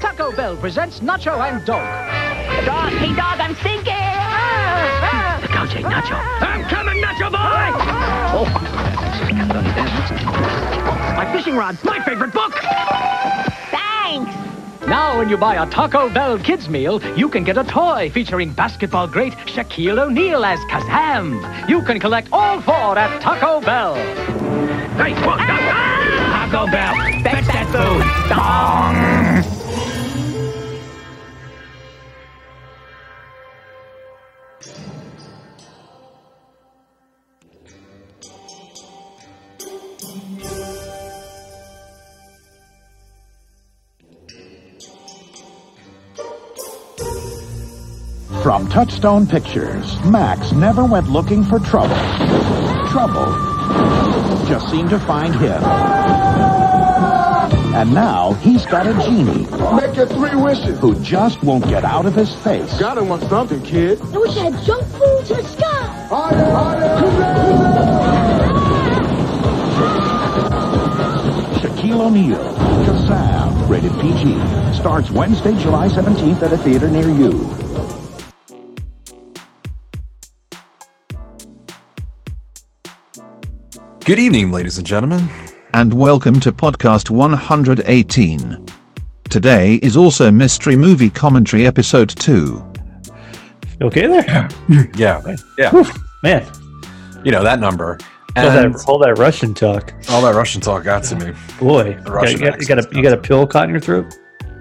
Taco Bell presents Nacho and Dog. Dog, hey dog, I'm sinking! Ah, ah. Go take Nacho. I'm coming, Nacho boy! My fishing rod, my favorite book! Thanks! Now, when you buy a Taco Bell kids meal, you can get a toy featuring basketball great Shaquille O'Neal as Kazam. You can collect all four at Taco Bell. Hey, whoa, no, ah! Taco Bell, fetch that food! From Touchstone Pictures, Max never went looking for trouble. Trouble just seemed to find him. And now he's got a genie Make your three wishes. who just won't get out of his face. Gotta want something, kid. I wish I had junk food to the sky. Harder, harder. Shaquille O'Neal, Kazam, rated PG, starts Wednesday, July 17th at a theater near you. Good evening, ladies and gentlemen. and welcome to podcast 118. Today is also mystery movie commentary episode 2. Okay there, Yeah, yeah. man. You know that number All and that, all that Russian talk, all that Russian talk got to me. boy. You got, Russian you, got, you, accent's got a, you got a pill caught in your throat?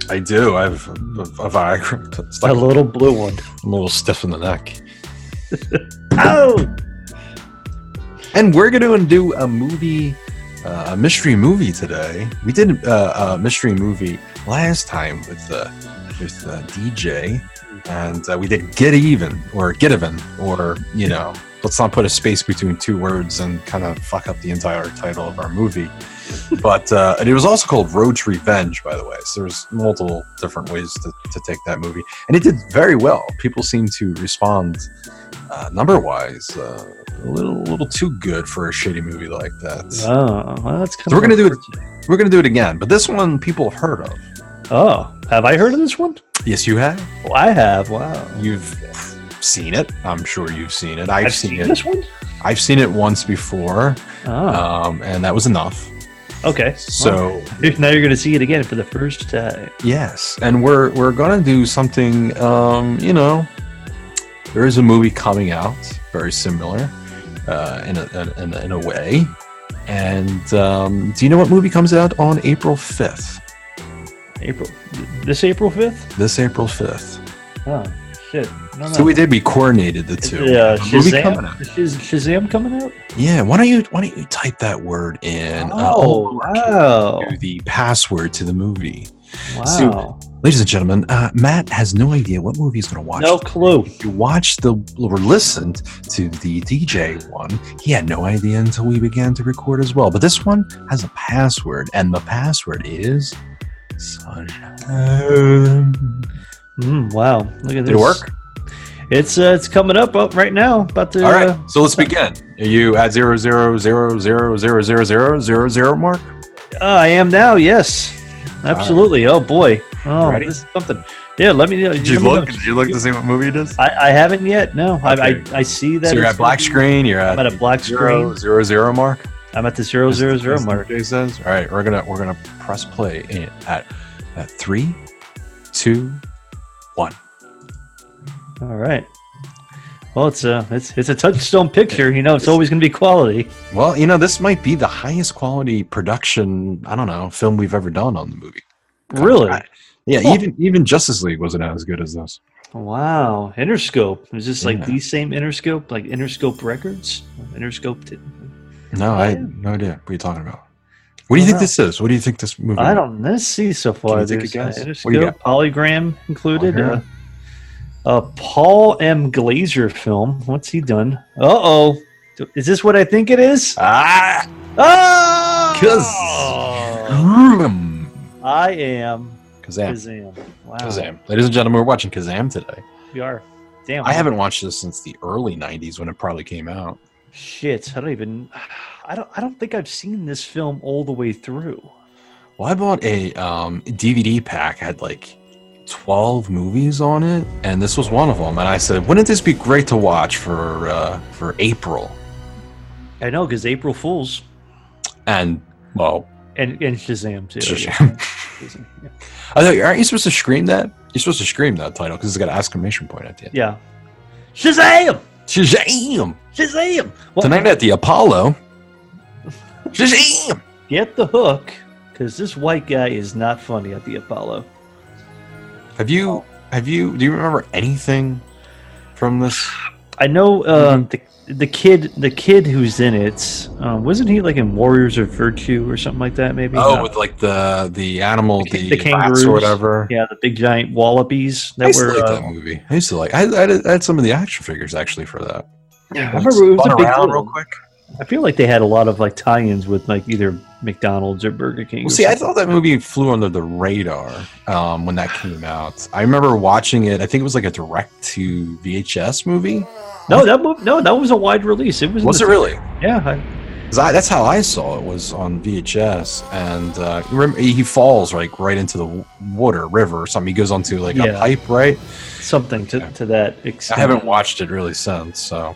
I do. I have a, a Viagra stuck. A little blue one. I'm a little stiff in the neck. Oh, And we're going to do a movie, uh, a mystery movie today. We did uh, a mystery movie last time with uh, with uh, DJ, and uh, we did Get Even or Get Even or you know, let's not put a space between two words and kind of fuck up the entire title of our movie. But uh, and it was also called Road to Revenge, by the way. So there's multiple different ways to, to take that movie, and it did very well. People seem to respond uh, number wise. Uh, a little a little too good for a shitty movie like that. oh well, that's kind So we're gonna do it- We're gonna do it again, but this one people have heard of. Oh, have I heard of this one? Yes, you have. Oh, I have. Wow. You've seen it. I'm sure you've seen it. I've, seen, it. this one. I've seen it once before, Oh, um, and that was enough. okay. So Well, now you're gonna see it again for the first time. yes, and we're we're gonna do something. Um, you know, there is a movie coming out very similar uh, in, a, in, a, in a way. And um, do you know what movie comes out on April fifth? April. This April fifth. This April fifth. Oh shit. No, no. So we did. We coordinated the two. Yeah, A movie Shazam. coming out. Shaz- Shazam coming out. Yeah. Why don't you Why don't you type that word in? uh, oh wow! to the password to the movie, Wow. so- ladies and gentlemen. Uh, Matt has no idea what movie he's going to watch. no clue. You watched the or listened to the DJ one. He had no idea until we began to record as well. But this one has a password, and the password is sunshine. Mm, wow. Look at this. Did it work? It's uh, it's coming up up right now. About to. All right. uh, So let's begin. Are you at zero zero zero zero zero zero zero zero zero mark? uh, I am now. Yes. Absolutely. Oh boy. Oh, Ready? this is something. Yeah. Let me. Did you look? Did you look to see what movie it is? I, I haven't yet. No. I, I Okay. I see that. So you're it's at black gonna be- screen. You're at, I'm at a black zero, screen. zero zero mark. I'm at the zero zero zero As mark. DJ says. All right, we're gonna we're gonna press play in- at at three, two, one. All right. Well, it's a it's it's a touchstone picture. You know, it's always going to be quality. Well, you know this might be the highest quality production. I don't know film we've ever done on the movie. Really. I- Yeah, Cool. even even Justice League wasn't as good as this. Wow, Interscope. It was just like Yeah. the same Interscope, like Interscope Records. Interscope. Did, No, I had no idea what you're talking about. What do you Wow. think this is? What do you think this movie? I don't. Let's see so far. you take a There's guess? uh, What do you Interscope, Polygram included. Polygram. Uh, a Paul M. Glazer film. What's he done? Uh oh. Is this what I think it is? Ah, Oh! 'Cause- I am Kazam, Kazam. Wow. Kazam. Ladies and gentlemen, we're watching Kazam today. We are. Damn. I haven't watched this since the early '90s when it probably came out. Shit. I don't even. I don't. I don't think I've seen this film all the way through. Well, I bought a um, DVD pack. Had like 12 movies on it, and this was one of them. And I said, wouldn't this be great to watch for uh, for April? I know because April Fools And well, and and Shazam too. Shazam. Shazam, yeah. I thought, aren't you supposed to scream that? You're supposed to scream that title because it's got an exclamation point at the end. Yeah. Shazam! Shazam! Shazam! Well, Tonight at the Apollo. Shazam! get the hook because this white guy is not funny at the Apollo. Have you have you do you remember anything from this? I know uh, the the kid the kid who's in it um, wasn't he like in Warriors of Virtue or something like that maybe? Oh, No. with like the the animal, The the, the rats kangaroos. or whatever. yeah, the big giant wallabies I that used to were. like uh, that movie. I used to like. I, I, had, I had some of the action figures actually for that. I remember it was a Spun big around deal. real quick. I feel like they had a lot of like tie-ins with like either McDonald's or Burger King. Well, or see, I something. thought that movie flew under the radar um, when that came out. I remember watching it. I think it was like a direct to VHS movie. no, that mov- no, that was a wide release. It was. in Was the it really? theater. Yeah, I, 'Cause I, that's how I saw it was on VHS, and uh, remember, he falls like right into the w- water, river, or something. He goes onto like a Yeah. pipe, right? something to, to that I extent. haven't watched it really since, so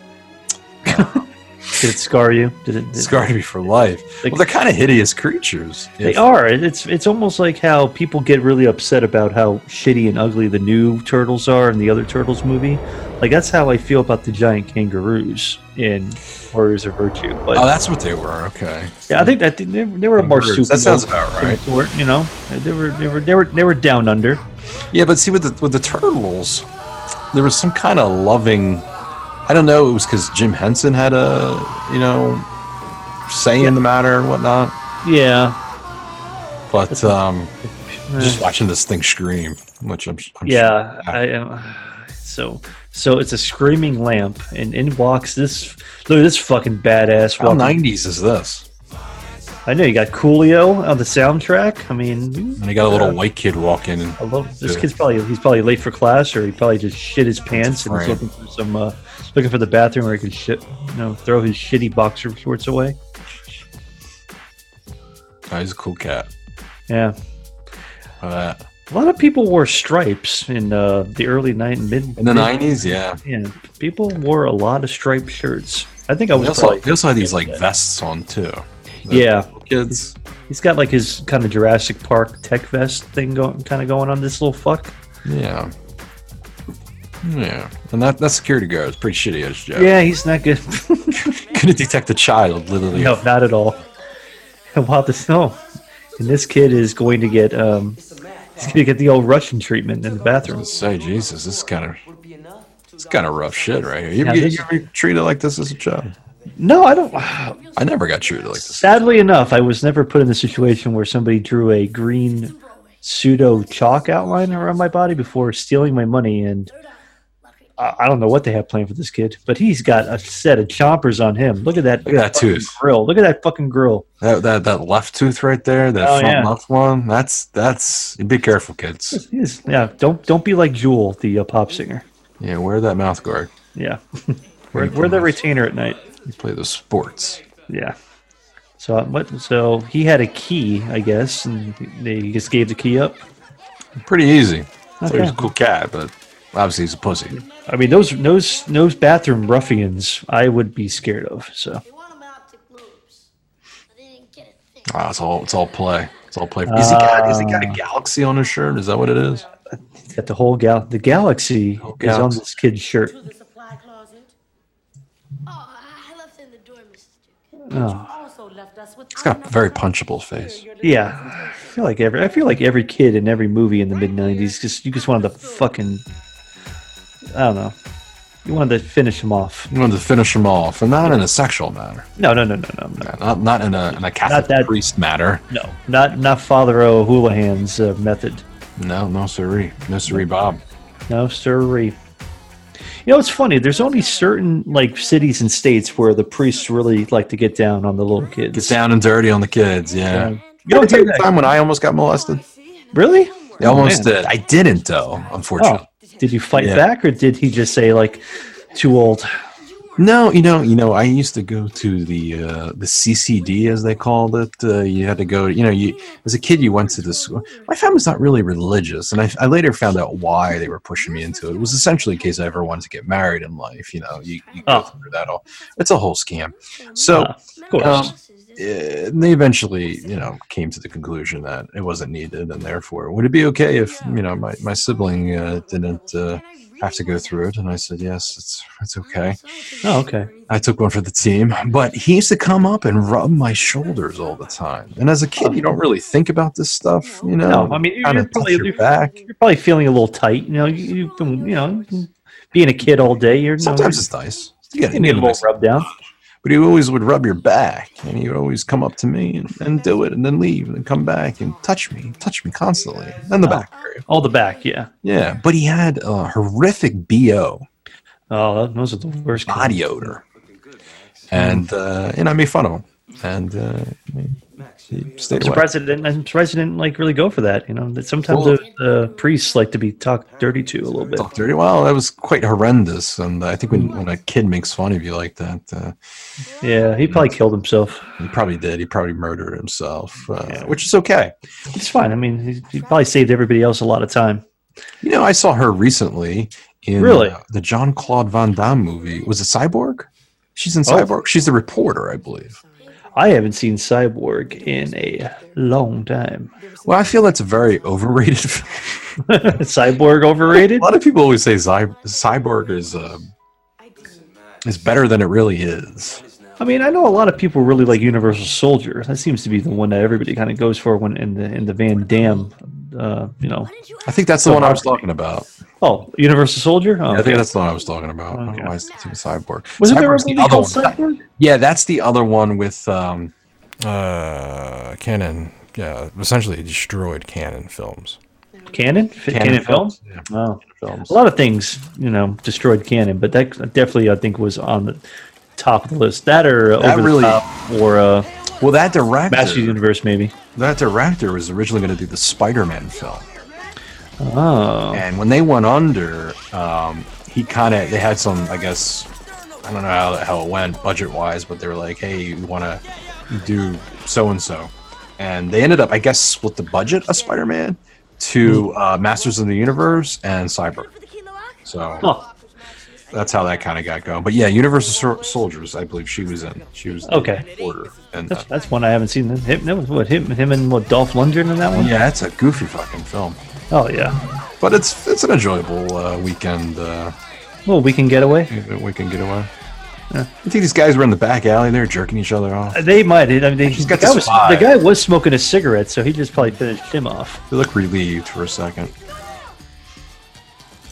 Did it scar you? Did it? Did, it's going to be for life. Like- well, they're kind of hideous creatures. They If- are. It's it's almost like how people get really upset about how shitty and ugly the new turtles are in the other turtles movie. Like that's how I feel about the giant kangaroos in Warriors of Virtue. But Oh, that's what they were. Okay. yeah, I think that they, they were a marsupial. Kangaroos. That sounds about of right. sort, you know, they were they were they were they were down under. Yeah, but see with the with the turtles, there was some kind of loving. I don't know. It was because Jim Henson had a you know say in the matter and whatnot. Yeah, But um, Eh, just watching this thing scream, which I'm, I'm yeah. I am. So so it's a screaming lamp, and in walks this look at this fucking badass. How walking- '90s is this? I know you got Coolio on the soundtrack. I mean, And they got a little white kid walking. I love this Yeah. kid's probably he's probably late for class or he probably just shit his pants and he's Right. looking for some uh, looking for the bathroom where he can shit you know throw his shitty boxer shorts away. Oh, he's a cool cat. Yeah, Uh, a lot of people wore stripes in uh, the early night and mid. in the mid- '90s, yeah. yeah, people wore a lot of striped shirts. I think I They was also, probably, they also had these like vests on too. The yeah. kids. He's got like his kind of Jurassic Park tech vest thing going kind of going on. This little fuck. Yeah. Yeah, and that that security guard is pretty shitty as Joe. Yeah, he's not good. couldn't detect a child, literally. No, not at all. And Wow, this no. And this kid is going to get um, he's going to get the old Russian treatment in the bathroom. Say, Jesus, this is kind of it's kind of rough shit right here. You Yeah, ever, get, this- you ever treated like this as a child? No, I don't. I never got treated like this. Sadly enough, I was never put in the situation where somebody drew a green pseudo chalk outline around my body before stealing my money. And I, I don't know what they have planned for this kid, but he's got a set of chompers on him. Look at that. Look at that tooth. grill. Look at that fucking grill. That, that that left tooth right there, that Oh, front yeah. left one. That's that's. Be careful, kids. He's- yeah, don't don't be like Jewel, the uh, pop singer. Yeah, wear that mouth guard. Yeah, wear, wear the retainer at night. You play those sports. Yeah. So uh, what? So he had a key, I guess, and they he just gave the key up. Pretty easy. So Okay. he's a cool cat, but obviously he's a pussy. I mean, those those those bathroom ruffians, I would be scared of. So I didn't get it. Ah, it's all it's all play. It's all play. Is he got is he Oh. got a galaxy on his shirt? Is that what it is? he's got the whole gal the galaxy Whole is on galaxy. this kid's shirt. To the supply closet. Oh, I left it in the door, Mr. Duke. Oh, He's got a very punchable face. yeah, I feel like every I feel like every kid in every movie in the mid '90s just you just wanted to fucking I don't know. You wanted to finish him off. You wanted to finish him off, and not in a sexual manner. No, no, no, no, no, no. Not, not in a in a Catholic Not that- priest matter. No, not not Father O'Houlihan's uh, method. No, no siree, no siree, Bob. No siree. You know, it's funny. There's only certain like cities and states where the priests really like to get down on the little kids. Get down and dirty on the kids. Yeah. You don't Remember hear the that, time when I almost got molested. really? I almost man. did. I didn't though, Oh, unfortunately. did you fight Yeah. back, or did he just say like, "Too old"? No, you know, you know, I used to go to the uh, the CCD as they called it. Uh, you had to go, you know, you as a kid you went to the school. My family's not really religious, and I, I later found out why they were pushing me into it. It was essentially in case I ever wanted to get married in life. You know, you, you go Oh. through that all. It's a whole scam. So Ah, of course. um, uh, they eventually, you know, came to the conclusion that it wasn't needed, and therefore, would it be okay if you know my my sibling uh, didn't uh, have to go through it? And I said, yes, it's it's okay. oh, okay. I took one for the team, but he used to come up and rub my shoulders all the time. And as a kid, you don't really think about this stuff, you know. No, I mean, kind you're of touch probably- your back. You're probably feeling a little tight. You know, you, you've been, you know, being a kid all day. You're Sometimes it's nice. You get, you need a little rub down. but he always would rub your back, and he would always come up to me and, and do it, and then leave, and then come back and touch me, touch me constantly, and the back area. All the back, yeah. Yeah, but he had a horrific bo Oh, those are the worst. kinds. body odor, and uh, and I made fun of him, and uh, he stayed I'm away. surprised, it didn't, I'm surprised it didn't like really go for that. You know, that sometimes Well- the uh, priests like to be talked dirty to a little bit. Talk dirty. Well, that was quite horrendous, and I think when, when a kid makes fun of you like that, uh, Yeah, he probably killed himself. he probably did. He probably murdered himself, uh, which is okay. It's fine. I mean, he, he probably saved everybody else a lot of time. You know, I saw her recently in Really? uh, the John Claude Van Damme movie. Was it Cyborg? She's in Oh. Cyborg. She's the reporter, I believe. I haven't seen Cyborg in a long time. Well, I feel that's a very overrated film. Cyborg overrated? A lot of people always say Cy- Cyborg is uh, is better than it really is. I mean, I know a lot of people really like Universal Soldier. That seems to be the one that everybody kind of goes for when in the in the Van Damme, uh, you know. I think that's the one I was talking about. Oh, Universal Soldier. Oh, I think that's the one I was talking about. I don't Okay. know why it's it's Cyborg. Wasn't there a Cyborg's the movie other called one. Cyborg? Yeah, that's the other one with um, uh, Canon. Yeah, essentially destroyed Canon films. Canon? F- Canon, Films. Yeah. Oh. Films. A lot of things, you know, destroyed Canon, but that definitely I think was on the top of the list. That or uh, That over really- the top or uh, Well, that director, Master of the Universe maybe. that director was originally going to do the Spider-Man film, Oh, and when they went under, um, he kind of they had some, I guess, I don't know how, how it went budget-wise, but they were like, hey, we want to do so and so, and they ended up, I guess, split the budget of Spider-Man to uh, Masters of the Universe and Cyber. So Huh. that's how that kind of got going. But yeah, Universal Sol- Soldiers, I believe she was in. She was the Okay. Order, and uh, that's, that's one I haven't seen. Him, that was what him, him and what Dolph Lundgren in that one. yeah, it's a goofy fucking film. Oh yeah. but it's it's an enjoyable uh, weekend uh, Well, we can get away. weekend getaway. I think these guys were in the back alley. They were jerking each other off. They might. I mean, they, He's got the, guy this was, the vibe. guy was smoking a cigarette, so he just probably finished him off. They look relieved for a second.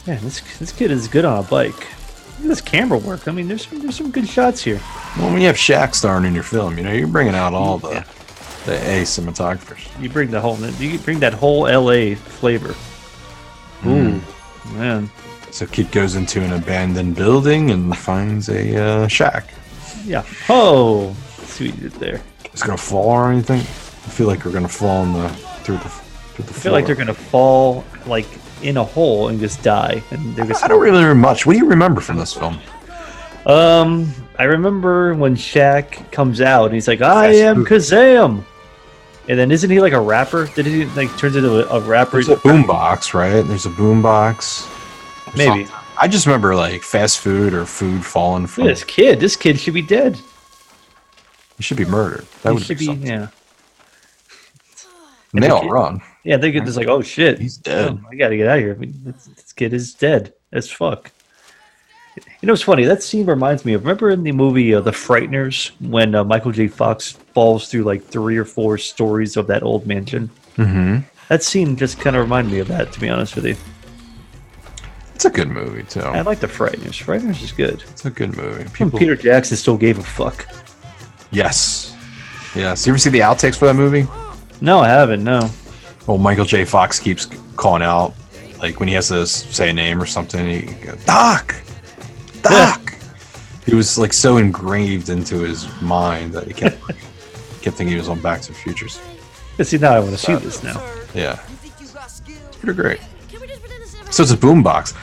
Yeah, this this kid is good on a bike. Look at this camera work. I mean, there's some, there's some good shots here. Well, when you have Shaq starring in your film, you know you're bringing out all the the A cinematographers. You bring the whole you bring that whole L.A. flavor. Hmm. Ooh, man. So kid goes into an abandoned building and finds a uh, Shaq. Yeah. Oh, see what you did there. It's gonna fall or anything. I feel like we're gonna fall in the through the through the I feel like they're gonna fall like in a hole and just die. And they're just I don't really remember much. What do you remember from this film? Um, I remember when Shaq comes out and he's like, "I Fast am food. Kazam," and then isn't he like a rapper? Did he like turns into a, a rapper? There's a boombox, right? There's a boombox. Maybe I just remember like fast food or food falling from. Look at this kid. This kid should be dead. He should be murdered. That he would should be. be something. yeah. And they the all kid- run. Yeah, they get just like, "Oh shit, He's dead. Oh, I gotta get out of here. I mean, this, this kid is dead as fuck." You know, it's funny. That scene reminds me of remember in the movie uh, The Frighteners when uh, Michael J. Fox falls through like three or four stories of that old mansion. Mm-hmm. That scene just kind of reminded me of that, to be honest with you. It's a good movie too. I like the Frighteners. Frighteners is good. It's a good movie. Even People. Peter Jackson still gave a fuck. Yes. Yes. You ever see the outtakes for that movie? No, I haven't. No. Well, Michael J. Fox keeps calling out, like when he has to s- say a name or something. He goes, Doc. Doc. he was like so engraved into his mind that he kept kept thinking he was on Back to the Futures. Yeah, See, now I want to see this now. Yeah. It's pretty great. Can we just pretend this never So it's a boombox.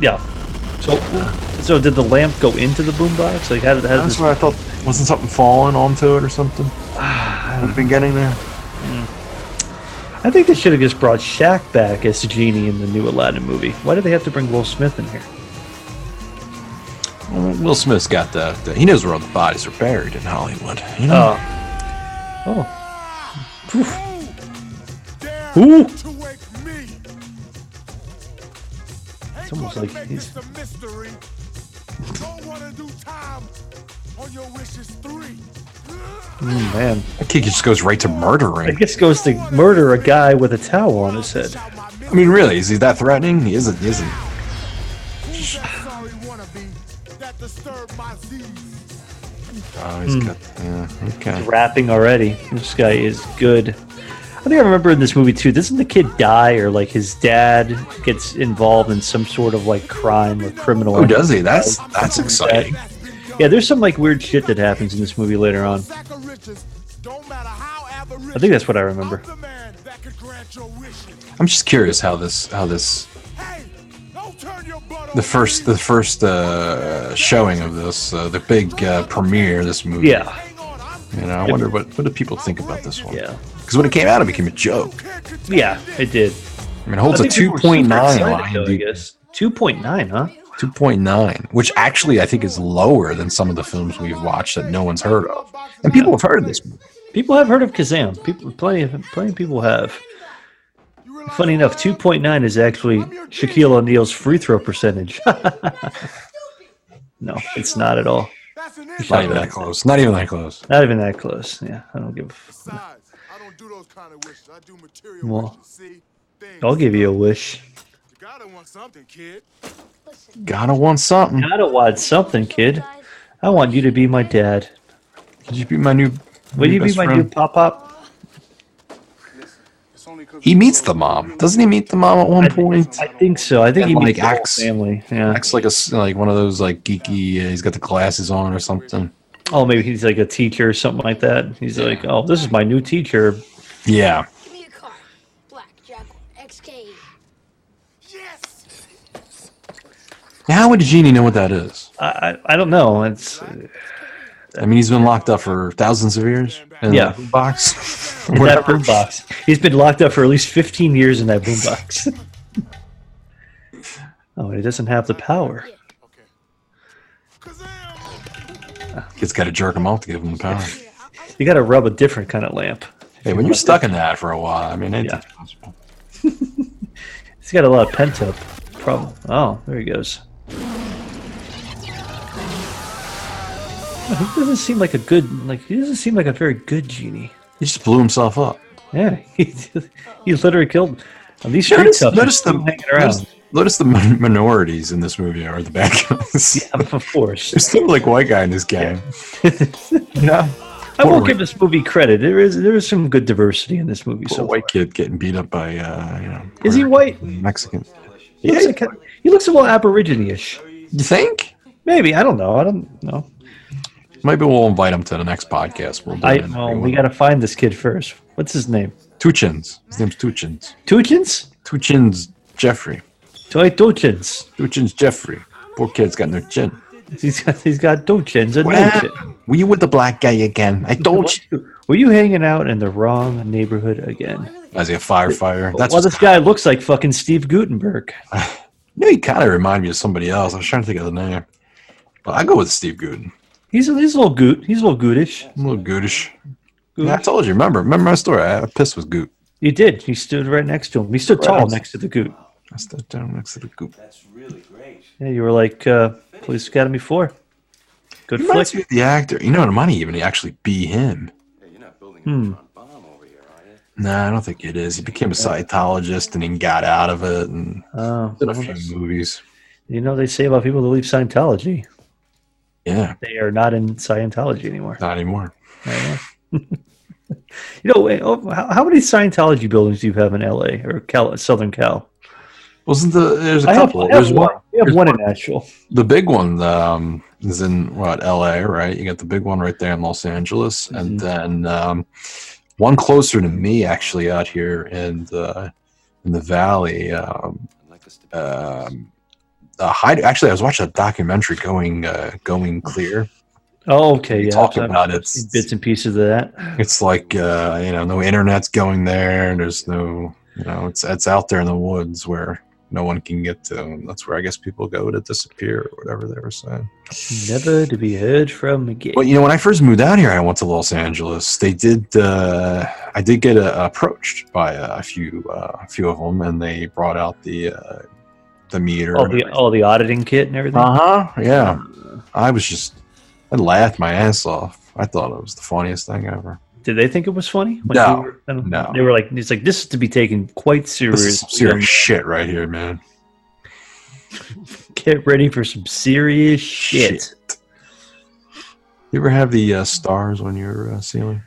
Yeah. So, so did the lamp go into the boombox? Like, how did, how did That's this? what I thought. Wasn't something falling onto it or something? I would have been getting there. I think they should have just brought Shaq back as the genie in the new Aladdin movie. Why did they have to bring Will Smith in here? Well, Will Smith's got the, the. He knows where all the bodies are buried in Hollywood. You know? Oh. Oh. Ooh. It's almost like he's Mm, man. That kid just goes right to I murdering. guess goes to murder a guy with a towel on his head. I mean, really, is he that threatening? He isn't. He isn't. Oh, Hmm. he's got. Yeah, okay. Rapping already. This guy is good. I think I remember in this movie too. Doesn't the kid die or like his dad gets involved in some sort of like crime or criminal? Oh, does he? That's that's exciting. Yeah, there's some like weird shit that happens in this movie later on. I think that's what I remember. I'm just curious how this how this the first the first uh, showing of this uh, the big uh, premiere of this movie. Yeah, You know, I wonder what what do people think about this one? yeah, Because when it came out, it became a joke. yeah. It did. I mean, it holds I a think people two were super point nine excited, on though, I guess. Two point nine, huh? Two point nine, which actually I think is lower than some of the films we've watched that no one's heard of, and people have heard of this. movie. People have heard of Kazam. People, plenty of plenty of people have. Funny enough, two point nine is actually Shaquille O'Neal's free throw percentage. no, it's not at all. Not even that close. Not even that close. Not even that close. Yeah, I don't give. a f- I don't do those kind of wishes. I do material Well, See, I'll give you a wish. you gotta want something, kid. Gotta want something. Gotta want something, kid. I want you to be my dad. Could you be my new? Will new you be best my new friend? pop pop? He meets the mom. Doesn't he meet the mom at one I point? think, I think so. I think And, he like, meets the whole acts- family. Yeah. acts like a s- like one of those like geeky. Uh, he's got the glasses on or something. Oh, maybe he's like a teacher or something like that. He's like, oh, this is my new teacher. Yeah, Give me a car. Black Jaguar E. XK. Now, How would Genie know what that is? I, I, I don't know. It's I mean, he's been locked up for thousands of years in Yeah. that box. in that boombox. He's been locked up for at least 15 years in that boombox. oh, and he doesn't have the power. It's got to jerk him off to give him the power. You got to rub a different kind of lamp. Hey, when you're stuck in that for a while, I mean, Yeah. anything's possible. He's got a lot of pent up problem. Oh, there he goes. He doesn't seem like a good, like he doesn't seem like a very good genie. He just blew himself up. Yeah, he, he literally killed on these street Notice, toughs notice the keep hanging around. notice, notice the min- minorities in this movie are the bad guys. of course. There's still like white guy in this game. Yeah, I will forward. give this movie credit. There is there is some good diversity in this movie. It's a So white kid getting beat up by uh, you know. is he white? Mexican? He looks, like, he looks a little aborigine-ish. You think? Maybe I don't know. I don't know. Maybe we'll invite him to the next podcast. We'll do I an well, interview we with got to find this kid first. What's his name? Two Chins. His name's Two Chins. Tuchins? Two Chins Jeffrey. Toy Tuchins. Two Chins Jeffrey. Poor kid's got no chin. He's got he's got Tuchins and no Well, chin. were you with the black guy again? I told you. Were you hanging out in the wrong neighborhood again? As a firefighter. That's well, what this guy looks like fucking Steve Gutenberg. No, he kind of reminded me of somebody else. I was trying to think of the name. But I go with Steve Gooden. He's a, he's a little goot. He's a little gootish. I'm a little goodish. Goot. I told you. Remember, remember my story. I, I pissed with Goot. You did. He stood right next to him. He stood tall next to the goot. I stepped down next to the Goot. Yeah, you were like uh, Police Academy Four. Good flick. Reminds me of the actor. You know, it might even actually be him. Hmm. No, I don't think it is. He became a Scientologist and then got out of it and Oh, did a few movies. you know they say about people that leave Scientology, Yeah, they are not in Scientology anymore. not anymore. You know, wait, oh, how, how many Scientology buildings do you have in L.A. or Cal, Southern Cal? Wasn't the there's a I have- couple. I have there's one. We have there's one in Nashville. The big one um, is in what L.A. Right? You got the big one right there in Los Angeles, and then um, one closer to me actually out here in the in the valley. Um, um, a hide. Actually, I was watching a documentary going uh, going clear. Oh, okay. They yeah, talk I've- about I've it. seen Bits and pieces of that. It's like uh, you know, no internet's going there. There's no you know, it's it's out there in the woods where no one can get to. And that's where I guess people go to disappear or whatever they were saying. Never to be heard from again. Well, you know, when I first moved out here, I went to Los Angeles. They did. Uh, I did get uh, approached by a, few, uh, a few of them, and they brought out the uh, the meter. all Oh, the all the auditing kit and everything. Uh huh. Yeah. I was just. I laughed my ass off. I thought it was the funniest thing ever. Did they think it was funny? When No, you were- I don't- no. They were like, it's like this is to be taken quite This seriously. is some serious shit right here, man. Get ready for some serious shit. You ever have the uh, stars on your uh, ceiling?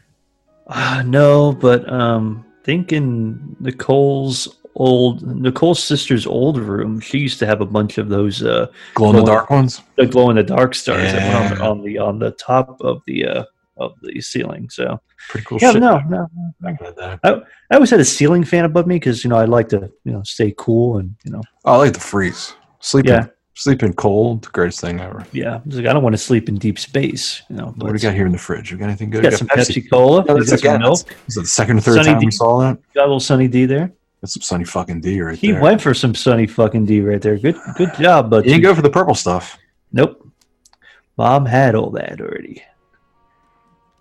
Uh, no, but um, thinking Nicole's old Nicole's sister's old room, she used to have a bunch of those uh, Glow in the dark ones. the glow in the dark stars that went Yeah. on, on the on the top of the uh, of the ceiling. So Pretty cool yeah, shit. no, no, no. Back in the day. I, I always had a ceiling fan above me because you know I like to you know stay cool and you know Oh, I like the freeze. Sleeping, Yeah. sleeping cold. The greatest thing ever. yeah it's like I don't want to sleep in deep space you know. What do we got here in the fridge? We got anything good? Got We some Pepsi Cola. Yeah, we that's got some again, milk. that's- Is that the second or third Sunny time D. we saw that? Got a little Sunny D there. That's some sunny fucking D right He there. went for some Sunny fucking D right there. Good, good job, but You didn't go for the purple stuff. Nope. Mom had all that already.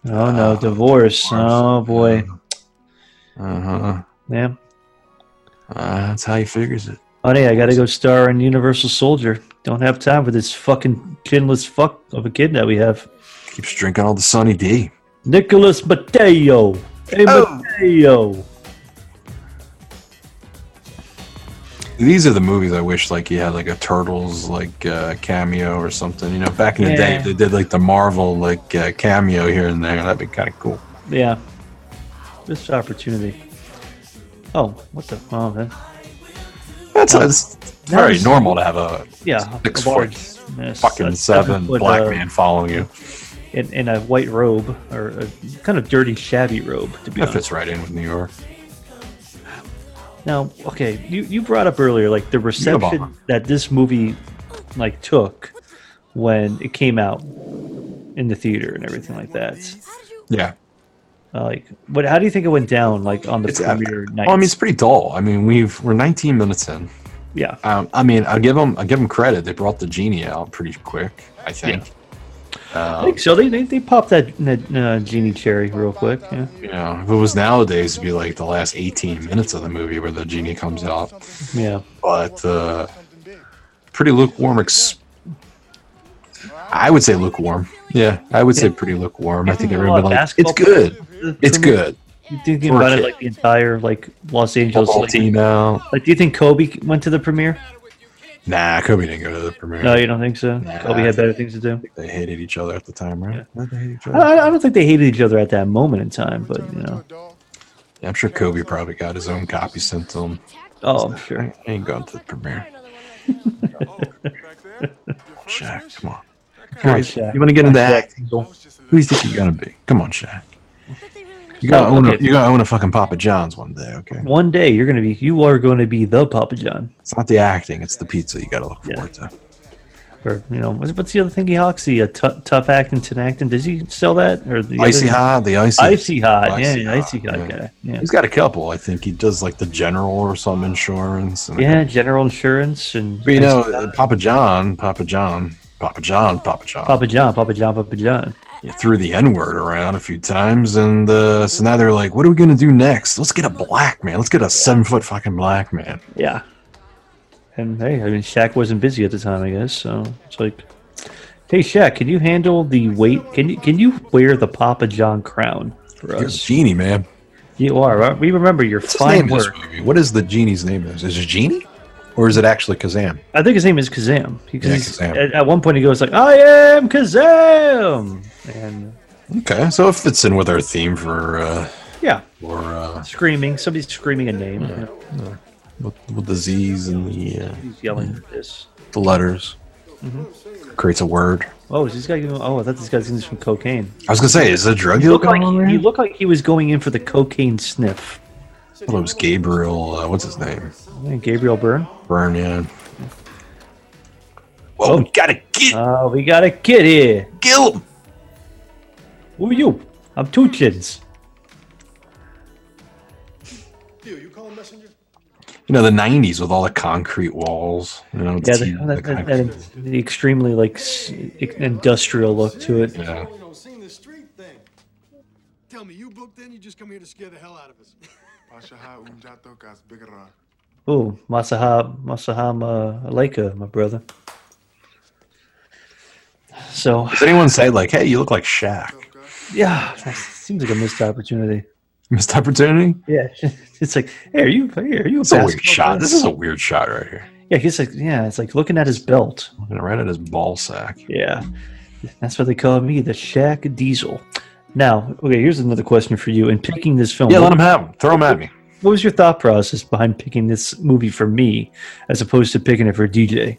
Oh no, Ah, divorce. Oh boy. Uh huh. Yeah. Uh, that's how he figures it. Honey, I gotta go star in Universal Soldier. Don't have time for this fucking chinless fuck of a kid that we have. Keeps drinking all the sunny D. Nicholas Mateo. Hey Oh. Mateo. These are the movies I wish like you had like a turtles like uh, cameo or something. You know, back in the day Yeah. if they did like the Marvel like uh, cameo here and there. That'd be kind of cool. Yeah. Missed opportunity. Oh, what the oh that, That's, that's That very was- normal to have a yeah. Six a large- foot. yes, fucking a seven foot, black uh, man following you. in, in a white robe or a kind of dirty shabby robe to be That honest. fits right in with New York. Now, okay, you, you brought up earlier like the reception Obama. that this movie like took when it came out in the theater and everything like that. Yeah. Uh, like, what? How do you think it went down? Like on the It's, uh, premiere night? Well, I mean, it's pretty dull. I mean, we've we're 19 minutes in. yeah, Um, I mean, I give them I give them credit. They brought the genie out pretty quick. I think. I think so. They, they, they popped that, that uh, genie cherry real quick. Yeah, You know, if it was nowadays, it'd be like the last 18 minutes of the movie where the genie comes out. yeah. But uh, pretty lukewarm. Ex- I would say lukewarm. Yeah, I would say pretty lukewarm. I think There's a everybody lot of like it's basketball good. It's good. You think For a about it kid. like the entire like Los Angeles Football like, team out. like, do you think Kobe went to the premiere? Nah, Kobe didn't go to the premiere. No, you don't think so. Kobe had better things to do. They hated each other at the time, right? Didn't they hate each other? I, I don't think they hated each other at that moment in time, but you know. Yeah, I'm sure Kobe probably got his own copy sent to him. Oh, I'm sure. I ain't going to the premiere. Oh, Shaq, come on. Come on, Shaq. You want to get into acting? Who do you think you're gonna be? Come on, Shaq. You gotta Oh, own okay. a you gotta own a fucking Papa John's one day, okay? One day you're gonna be you are going to be the Papa John. It's not the acting, it's the pizza you gotta look Yeah. forward to. Or you know what's, what's the other thing he hawks? The uh, t- tough acting, tin acting. Does he sell that or the Icy other- hot, the icy Icy hot. yeah, Icy yeah, icy Hot, hot yeah. guy. Yeah. He's got a couple, I think. He does like the general or some insurance and yeah, General Insurance and But you know, Icy Hot. uh, Papa John, Papa John, Papa John, Papa John Papa John, Papa John, Papa John. threw the N word around a few times, and uh, so now they're like, "What are we gonna do next? Let's get a black man. Let's get a seven foot fucking black man." Yeah. And hey, I mean Shaq wasn't busy at the time, I guess. So it's like, hey Shaq, can you handle the weight? Can you can you wear the Papa John crown for You're the us? genie, man. You are. right? We remember your What's his fine name in this work. movie? What is the genie's name? Is is it genie, or is it actually Kazam? I think his name is Kazam. He, 'cause Yeah, he's- Kazam. At, at one point, he goes like, "I am Kazam," and Okay, so it fits in with our theme for uh, yeah, for uh, screaming. Somebody's screaming a name. you know, with, with the Z's and the uh, he's yelling this. the letters creates a word. Oh, is this guy? Going, oh, I thought this guy's doing some cocaine. I was gonna say, is a drug You deal look going on? like there? you look like he was going in for the cocaine sniff. I thought it was Gabriel. Uh, what's his name? And Gabriel Byrne. Burn, yeah. Oh, we got a kid. Oh, we got a kid here. Kill him. Who are you? I'm Hmm. two chins. You know, the 90s with all the concrete walls. You know, Yeah, the- the, the that, that, concrete- that, the extremely like s- industrial look to it. yeah. You know, seen the street thing. Tell me, you booked in? You just come here to scare the hell out of us. Ooh, Masaha Masahama Leika, my brother. So Does anyone say, like, hey, you look like Shaq? yeah, seems like a missed opportunity. Missed opportunity? Yeah, it's like, hey, are you hey, are you a It's a weird basketball shot. player? This is a weird shot right here. yeah, he's like yeah, it's like looking at his belt. And right at his ball sack. Yeah, that's what they call me, the Shaq Diesel. Now, okay, here's another question for you. In picking this film, Yeah, let what, him have him. Throw him at me. what was your thought process behind picking this movie for me as opposed to picking it for DJ?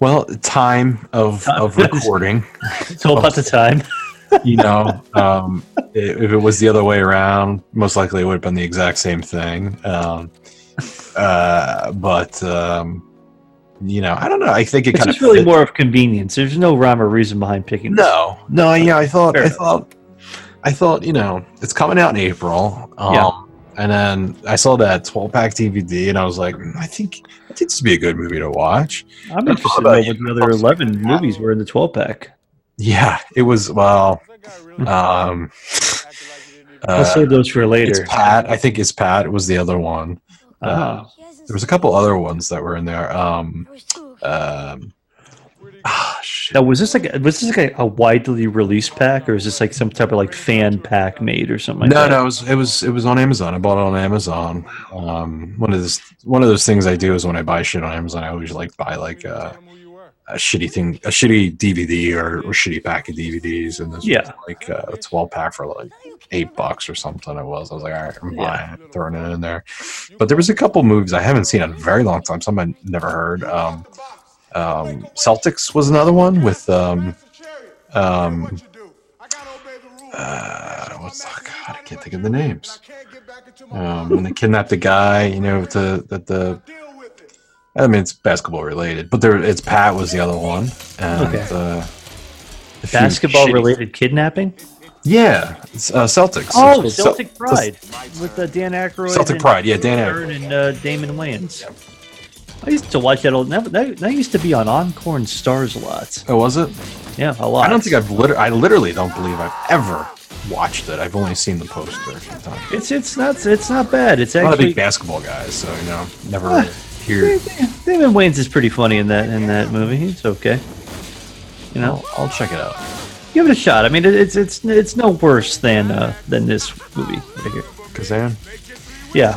Well, time of, of recording. It's all about the time. you know um, i- if it was the other way around most likely it would have been the exact same thing um, uh, but um, you know i don't know i think it It's kind just of really fit- more of convenience. There's no rhyme or reason behind picking. this. no no yeah i thought Fair i enough. thought i thought you know it's coming out in april um, Yeah. and then i saw that 12 pack dvd and i was like "Mm, i think i think this would be a good movie to watch I'm How interested to about know you? what the other 11 movies were in the 12 pack. yeah it was well That guy really um acted like he didn't even I'll uh, save those for it's later. pat i think it's pat was the other one Uh, Ah. there was a couple other ones that were in there. Um, um, ah, shit. Now, was this like was this like a, a widely released pack, or is this like some type of like fan pack made or something? Like No, that? no, it was it was it was on Amazon. I bought it on Amazon. Um, one of this one of those things I do is when I buy shit on Amazon, I always like buy like a, tell him who you were. a shitty thing, a shitty DVD or, or shitty pack of DVDs, and this Yeah. was like uh, a twelve pack for like eight bucks or something. It was. I was like, all right, I'm buying it, throwing it in there. But there was a couple movies I haven't seen in a very long time. Some I never heard. Um, um, Celtics was another one with um, That's a chariot. um, What you do? I gotta obey the rules. uh, what's oh god, I can't think of the names. Um, when they kidnapped the guy, you know, the that the Deal with it. I mean it's basketball related, but there it's Pat was the other one, and Okay. uh, a few basketball shitty- related kidnapping. Yeah, it's, uh, Celtics. Oh, It's- Celtic Cel- Pride with uh, Dan Aykroyd, Celtic and Pride, yeah, Dan Stern and uh, Damon Wayans. I used to watch that old. That, that, that used to be on Encore and Stars a lot. Oh, was it? Yeah, a lot. I don't think I've literally. I literally don't believe I've ever watched it. I've only seen the poster. a few times. It's it's not it's not bad. It's I'm not a big actually basketball guy, so you know, never really hear. Damon Wayans is pretty funny in that in that movie. He's okay. You know, I'll, I'll check it out. give it a shot. I mean, it, it's it's it's no worse than uh, than this movie right here. Kazan. Yeah.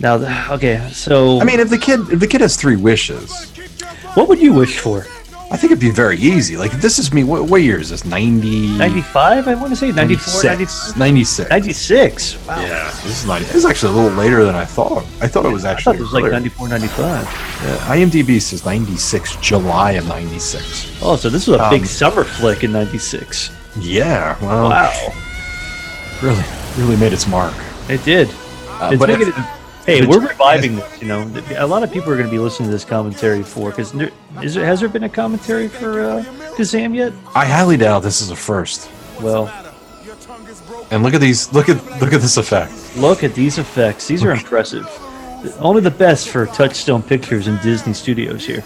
Now, the- okay, so I mean, if the kid if the kid has three wishes, what would you wish for? I think it'd be very easy. Like, if this is me. What, what year is this? 90, 95, I want to say 94, 96. 96. 96. 96. Wow. Yeah, this is not. This is actually a little later than I thought. I thought it was I thought actually. it was like earlier. 94, 95. IMDb says 96, July of 96. Oh, so this was a Um, oh. big summer flick in 96. Yeah, well, Wow. really, really made its mark. It did. Uh, It's but if, making it- hey, if we're it's- reviving this, you know. A lot of people are going to be listening to this commentary for, because there, is there, has there been a commentary for uh, Kazam yet? I highly doubt this is a first. Well, Your tongue is broken. And look at these. Look at look at this effect. Look at these effects. These are impressive. Only the best for Touchstone Pictures and Disney Studios here.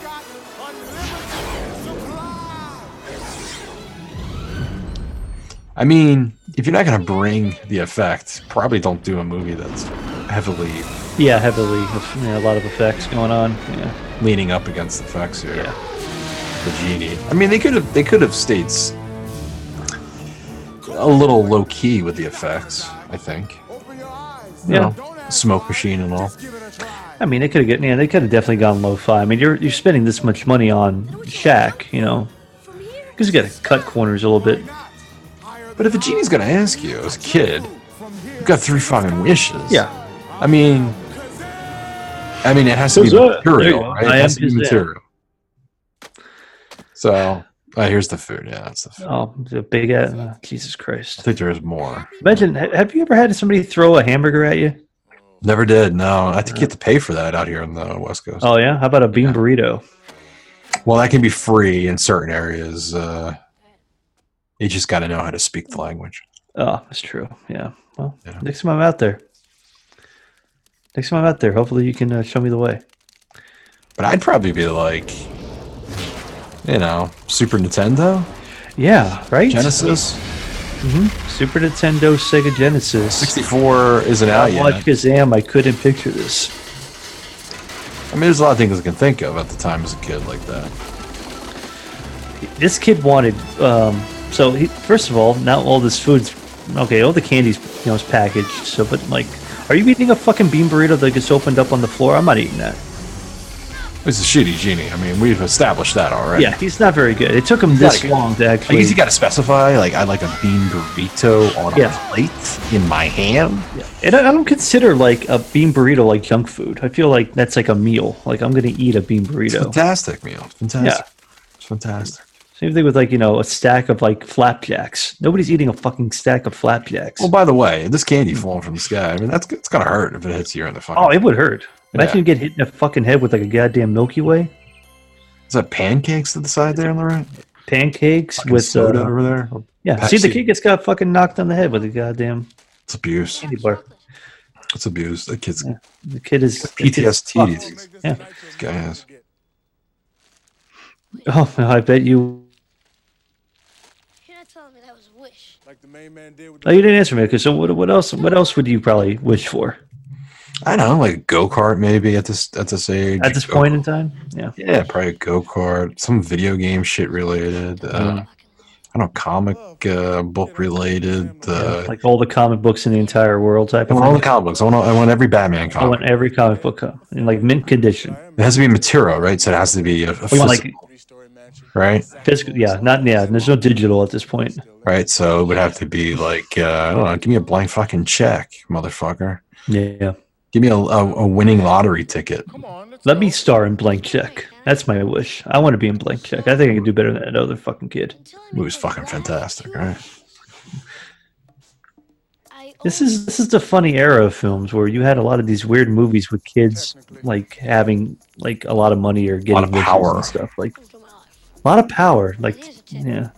I mean, if you're not gonna bring the effect, probably don't do a movie that's heavily Yeah, heavily. You know, a lot of effects going on. Yeah. leaning up against the effects here. Yeah. The genie. I mean, they could have they could have stayed s- a little low key with the effects. I think. Open your eyes. You Yeah. know, smoke machine and all. Give it a try. I mean, they could have yeah, they could have definitely gone lo-fi. I mean, you're you're spending this much money on Shaq, you know, because you got to cut corners a little bit. But if the genie's gonna ask you as a kid, you've got three fucking wishes. Yeah. I mean, I mean, it has to be Who's that? There you material, go. right? I It has am to be just there. material. So, uh, here's the food. Yeah, that's the food. Oh, the big ass! Jesus I Christ! think there's more. Imagine, ha- have you ever had somebody throw a hamburger at you? Never did. No, I think you have to pay for that out here on the West Coast. Oh yeah, how about a bean burrito? Well, that can be free in certain areas. Uh, you just got to know how to speak the language. Oh, that's true. Yeah. Well, next time I'm out there, next time I'm out there, hopefully you can uh, show me the way. But I'd probably be like, you know, Super Nintendo, Yeah. Right. Genesis. hmm Super Nintendo, Sega Genesis, 64 isn't out I watched yet. Kazam. I couldn't picture this. I mean, there's a lot of things I can think of at the time as a kid like that. This kid wanted. Um, so he, first of all, not all this food's okay. All the candies, you know, is packaged. So, but like, are you eating a fucking bean burrito that gets opened up on the floor? I'm not eating that. He's a shitty genie. I mean, we've established that already. Yeah, he's not very good. It took him He's this not good. long to I actually. guess you got to specify. Like, I like a bean burrito on a Yeah. plate in my hand. And I I don't consider like a bean burrito like junk food. I feel like that's like a meal. Like I'm gonna eat a bean It's a burrito. fantastic meal. Fantastic. Yeah. It's fantastic. Same thing with like you know a stack of like flapjacks. Nobody's eating a fucking stack of flapjacks. Well, by the way, this candy falling from the sky. I mean, that's it's gonna hurt if it hits you in the fucking. Oh, it would hurt. Imagine Yeah. you get hit in the fucking head with like a goddamn Milky Way. Is that pancakes to the side there on the right? Pancakes Fucking with soda uh, over there. Or yeah. See, the Pepsi. kid gets got fucking knocked on the head with a goddamn It's abuse. candy bar. It's abuse. The kid's The kid is the kid is PTSD. fucked. disease. Yeah. This guy has. Oh, I bet you. You're not telling me that was a wish. Like the main man did with No, oh, you didn't answer me. Because so what? What else? What else would you probably wish for I don't know, like a go kart maybe at this at this age. at this Go- point in time? Yeah. Yeah, probably a go kart, some video game shit related. Hmm. Uh, I don't know, comic uh, book related. Uh, like all the comic books in the entire world type I of want all the thing. comic books. I want all, I want every Batman I comic. want every comic book co- in like mint condition. It has to be material, right? So it has to be a, a We want like physical, right? physical, yeah, not yeah. There's no digital at this point. Right. So it would have to be like uh, I don't know. Give me a blank fucking check, motherfucker. Yeah, Give me a, a, a winning lottery ticket. let me star in Blank Check. That's my wish. I want to be in Blank Check. I think I can do better than that other fucking kid. Movie's fucking fantastic, right? This is this is the funny era of films where you had a lot of these weird movies with kids like having like a lot of money or getting lot of riches power. and stuff like a lot of power. Like yeah,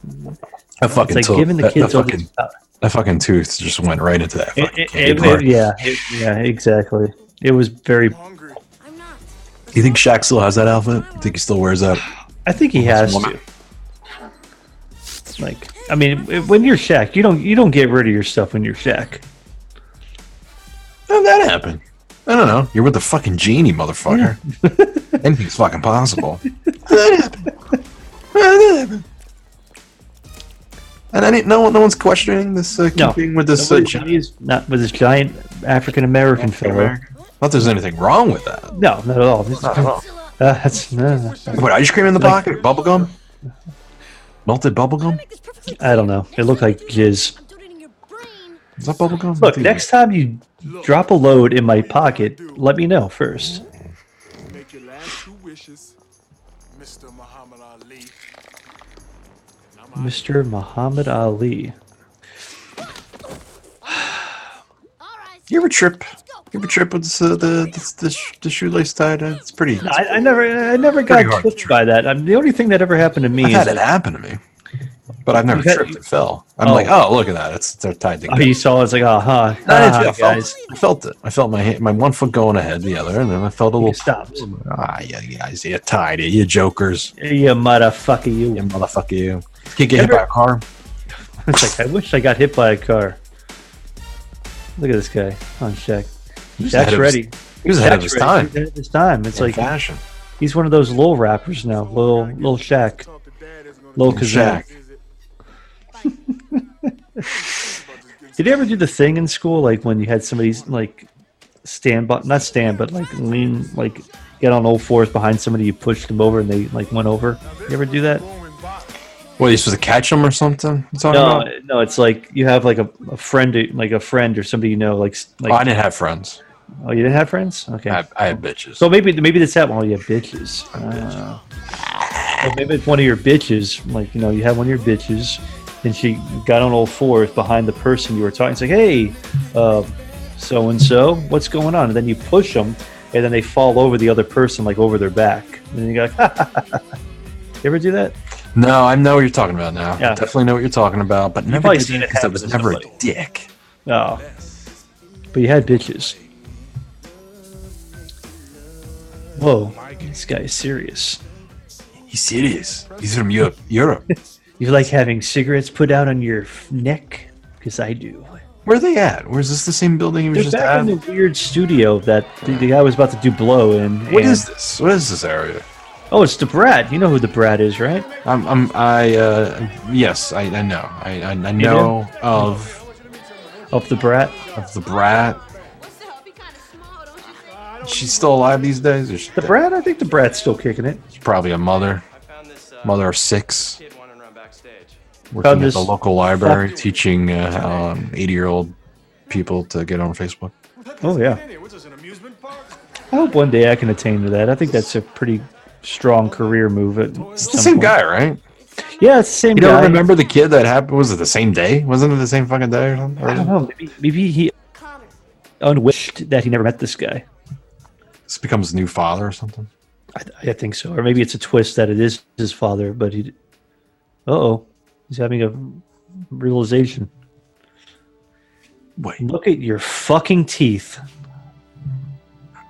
That fucking it's like tooth. giving the that, that kids all fucking, this power. that fucking tooth just went right into that It- fucking it- candy it- bar. yeah, it- yeah, exactly. It was very. You think Shaq still has that outfit? You think he still wears that? I think he has to. Like, I mean, it- when you're Shaq, you don't you don't get rid of your stuff when you're Shaq. How did that happen? I don't know. You're with the fucking genie, motherfucker. Anything's fucking possible. And I didn't, no, one- no one's questioning this uh, No, keeping with this. Uh, Nobody- genie. he's not with this giant African American fellow. Not there's anything wrong with that. No, not at all. This- Not at all. Uh, that's no, no, no. What ice cream in the pocket? Bubblegum? Melted bubblegum? I don't know. It looked like jizz. Is that bubblegum? Look, next time you drop a load in my pocket, let me know first. Make your last two wishes, Mr. Muhammad Ali. Mr. Muhammad Ali. You ever trip? You ever trip with this, uh, the, this, this, the shoelace tied? Uh, It's pretty. I, I never, I never Pretty got hard. tripped by that. I mean, the only thing that ever happened to me I've is had it happen to me, but I've never You've had- tripped and fell. I'm Oh. like, oh, look at that. It's they're tied Oh, together. you saw it's like, oh, huh, No, I, didn't ah, feel- I guys. felt, I felt it. I felt my hand, my one foot going ahead the other, and then I felt a You little. stopped. Ah, yeah, you guys, you tied it, you jokers, You motherfucker, you you. motherfucker, you. Can't get hit Ever- by a car. It's like, I wish I got hit by a car. Look at this guy on Shaq. He was ahead Shaq's of ready. His, he was ahead of Shaq's his ready. time. He's ahead of his time. It's in like fashion. he's one of those little rappers now. Little little Shaq. Talk to dad is gonna Little Little Kazan. Shaq. Did you ever do the thing in school, like when you had somebody's like stand, but not stand, but like lean, like get on all fours behind somebody, you pushed them over, and they like went over. You ever do that? What, you supposed to catch him or something? You talking No, about? no. It's like you have like a, a friend, like a friend or somebody you know, like s- like. oh, I didn't have friends. Oh, you didn't have friends? Okay. I, I had bitches. so maybe maybe that's that one. Oh, you have bitches. Uh, so maybe it's one of your bitches. Like you know, you had one of your bitches, and she got on all fours behind the person you were talking. It's like, hey, so and so, what's going on? And then you push them, and then they fall over the other person, like over their back. And then you go, You ever do that? No, I know what you're talking about now. Yeah. Definitely know what you're talking about, but never probably did seen it it because I happen was to never a somebody. dick. No. But you had bitches. Whoa, this guy is serious. He's serious. He's from Europe. Europe. You like having cigarettes put out on your f- neck? Because I do. Where are they at? Where is this the same building he was They're just back at? in the weird studio that the, the guy was about to do blow in. What and- is this? What is this area? Oh, it's the Brad. You know who the Brad is, right? I'm, I'm, I, uh, yes, I, I know. I, I, I know of, Of the Brat. of the brat. She's still alive these days? Or she The dead? Brad? I think the Brad's still kicking it. She's probably a mother, mother of six, Found working at this the local library, teaching uh, um, 80 year old people to get on Facebook. Oh yeah. I hope one day I can attain to that. I think that's a pretty strong career move. At It's the same guy, right? Yeah, it's the same You guy. don't remember the kid that happened? Was it the same day? Wasn't it the same fucking day or something? I don't know. Maybe, maybe he unwished that he never met this guy. This becomes new father or something. I, I think so. Or maybe it's a twist that it is his father, but he. Uh oh. He's having a realization. Wait. Look at your fucking teeth.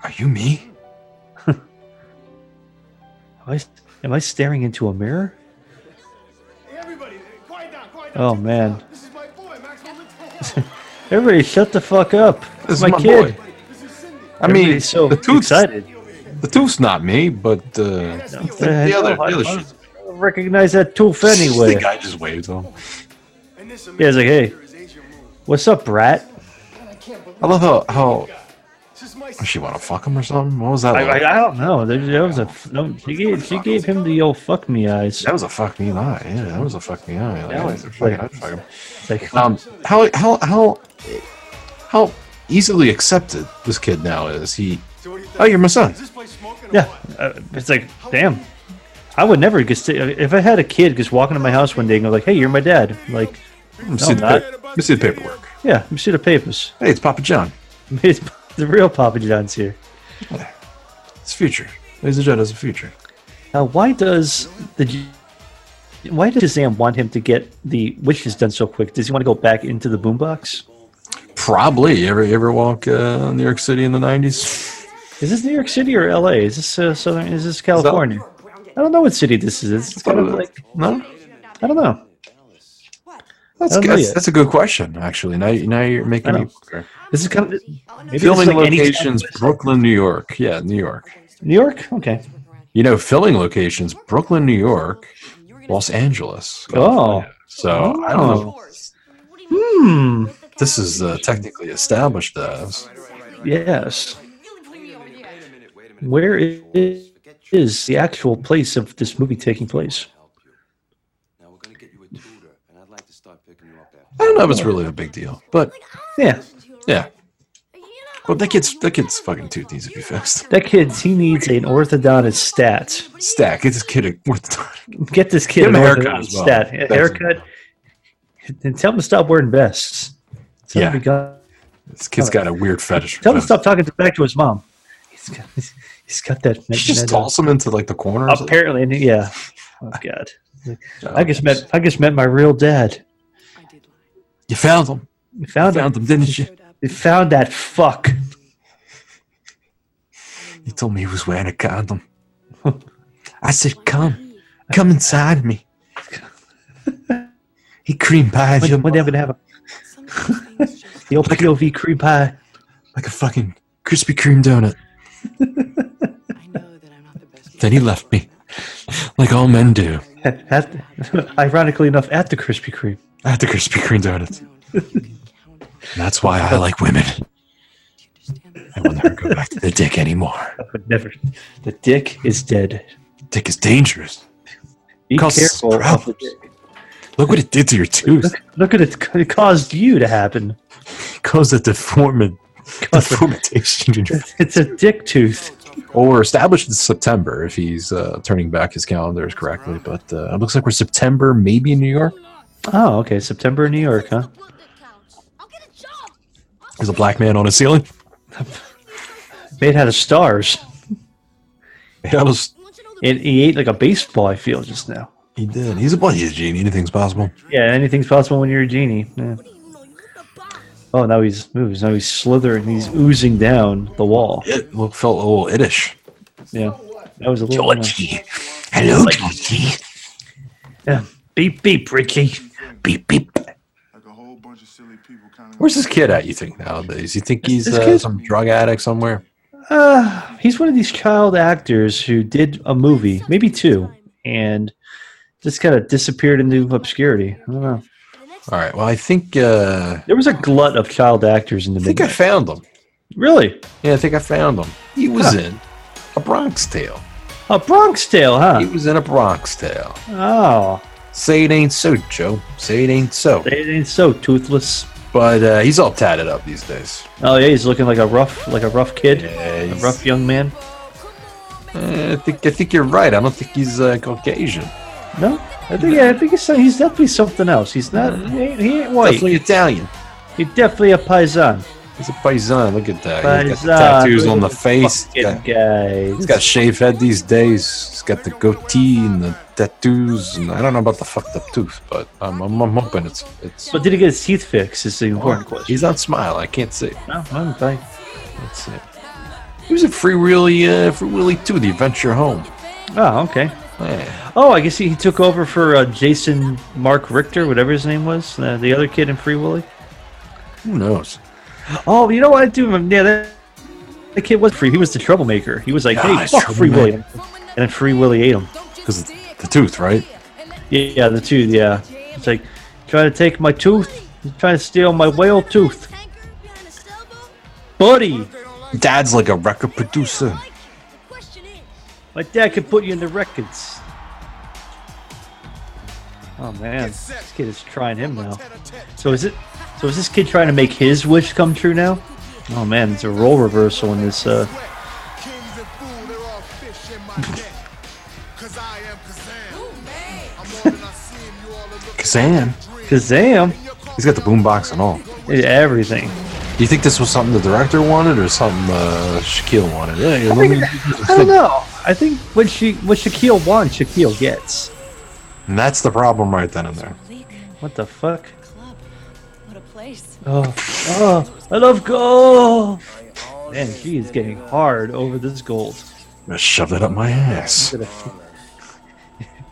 Are you me? Am I, am I staring into a mirror? Hey, everybody, hey, quiet down, quiet down. Oh, man. This is my boy, Maxwell Mateo. Everybody, shut the fuck up. This is my, my kid. boy. this is Cindy. I mean, Everybody's so the tooth's excited. the tooth's not me, but uh, the, I the other, the don't- other I shit. don't recognize that tooth the anyway. guy just waved to him. And this Yeah, it's like, hey, is Asian move. what's up, brat? I can't believe I love how how this is my does she want to fuck him or something. What was that? I, like? I, I don't know. There, there was a no. She gave she gave him the old fuck me eyes. that was a fuck me lie. Yeah, that was a fuck me lie. Like, was- I'd fucking- I'd fuck him. Like, Um, how how how how easily accepted this kid now is. He, So what do you think? oh, you're my son. Is this place smoking or yeah, what? uh, it's like, damn. I would never just if I had a kid just walking to my house one day and go like, "Hey, you're my dad." Like, Let me, see the, I'm not. pa- let me see the paperwork. yeah, let me see the papers. Hey, it's Papa John. It's the real Papa John's here. It's future. Ladies and gentlemen, it's the future. Now, why does the J- why does Shazam want him to get the wishes done so quick? Does he want to go back into the boombox? Probably. You ever you ever walk uh, New York City in the '90s? Is this New York City or L.A.? Is this uh, Southern? Is this California? I don't know what city this is. It's kind of Uh, like No, I don't know. that's I don't know good. yet. That's a good question. Actually, now now you're making Oh, I me. know. This is kind of maybe Filming this is like any- locations: Brooklyn, New York. Yeah, New York. New York. Okay. You know, filming locations: Brooklyn, New York, Los Angeles. Oh. California. so I don't know. Hmm. if This is uh, technically established as. Yes. Where i- is, the actual place of this movie taking place? Now we're gonna get you a tutor, and I'd like to start picking you up after. I don't know if it's really a big deal, but Yeah. yeah. But that kid's that kid's fucking tooth needs to be fixed. That kid, he needs an orthodontist stat. Stack, get this kid a orthodontist. Get this Give kid him an a haircut orthodontist as well. stat. A That's- haircut. And tell him to stop wearing vests. Tell Yeah. him, to go- This kid's got a weird fetish. Oh. tell him to stop talking to, back to his mom. He's got, he's got that. You should just that, uh, toss him into like "Oh, the corner. or something? Apparently, and he- yeah. Oh God. No. I just met I just met my real dad. You found him. We found Found out him, didn't you? we found that fuck. You told me he was wearing a condom. I said, "Come, come inside me." He cream pies you When, when they gonna have a the old POV cream pie. like a fucking Krispy Kreme donut. Then he left me, like all men do, At, ironically enough, at the Krispy Kreme. at the Krispy Kreme donuts. That's why I like women. I will never go back to the dick anymore. But never. The dick is dead. Dick is dangerous. Be Causes careful. Of the problems. dick. Look what it did to your tooth. Look, look at it. It caused you to happen. It caused a deformid, deformitation in your It's a dick tooth. Well, we're established in September if he's uh, turning back his calendars correctly, but uh, it looks like we're September, maybe in New York. Oh, okay. September in New York, huh? There's a black man on a ceiling. Made out of stars. Made out of, And he ate like a baseball, I feel, just now. He did. He's a bunny he's a genie. Anything's possible. Yeah, anything's possible when you're a genie. Yeah. Oh, now he's moves. Now he's slithering. He's oozing down the wall. It look, felt a little ittish. Yeah, that was a little. Georgie. Hello, Like- Georgie. Yeah. Beep beep, Ricky. Beep beep. Where's this kid at? You think nowadays? You think he's This uh, kid- some drug addict somewhere? Uh, he's one of these child actors who did a movie, maybe two, and just kind of disappeared into obscurity. I don't know. All right. Well, I think uh, there was a glut of child actors in the I think I midnight. found him. Really? Yeah, I think I found him. He was Huh. in a Bronx Tale. A Bronx Tale, huh? He was in a Bronx Tale. Oh, Say it ain't so, Joe. Say it ain't so. it ain't so toothless. But uh, he's all tatted up these days. Oh yeah, he's looking like a rough, like a rough kid, a he's- rough young man. Uh, I think I think you're right. I don't think he's uh, Caucasian. No, I think yeah, I think he's he's definitely something else. He's not he ain't, he ain't Mm-hmm. white. Definitely Italian. He's definitely a paisan. He's a paisan. Look at that. He's got the Paisan, tattoos look on at the this face. He's got, Guys, he's got shaved head these days. He's got the goatee and the tattoos. And I don't know about the fucked up tooth, but I'm, I'm, I'm hoping it's it's. But did he get his teeth fixed? Is the important question. He's not smiling. I can't see. No, I'm fine. That's it. He was in Free Willy, uh, Free Willy 2, The Adventure Home. Oh, okay. Yeah. Oh, I guess he, he took over for uh, Jason Mark Richter, whatever his name was, uh, the other kid in Free Willy. Who knows? Oh, you know what I do? remember- Yeah, that, the kid was free. He was the troublemaker. He was like, Ah, "Hey, he's fuck Free Willy," and troublemaker. then Free Willy ate him. Because the tooth, right? Yeah, yeah, the tooth. Yeah, it's like trying to take my tooth, trying to steal my whale tooth, buddy. Dad's like a record producer. My dad could put you in the records. Oh man, this kid is trying him now. So is it? So is this kid trying to make his wish come true now? Oh man, it's a role reversal in this. Uh, Kazam. Kazam. He's got the boombox and all. eh, everything. Do you think this was something the director wanted or something uh, Shaquille wanted? Yeah, yeah, I, let think, me do I this don't thing. know. I think what she what Shaquille wants, Shaquille gets. And that's the problem right then and there. What the fuck? What a place. Oh, oh I love gold. Man, she is getting hard over this gold. I'm gonna shove that up my ass.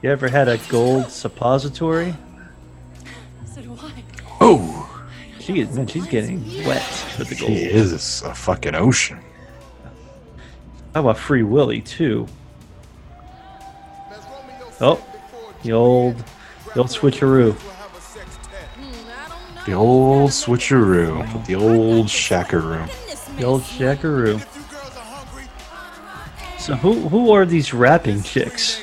You ever had a gold suppository? So do I. Oh, She is man, she's getting wet with the gold. he is a fucking ocean. How about Free Willy too? Oh, the old, the old switcheroo. Hmm, The old switcheroo. The old shackaroo. The old shackaroo. So who who are these rapping chicks?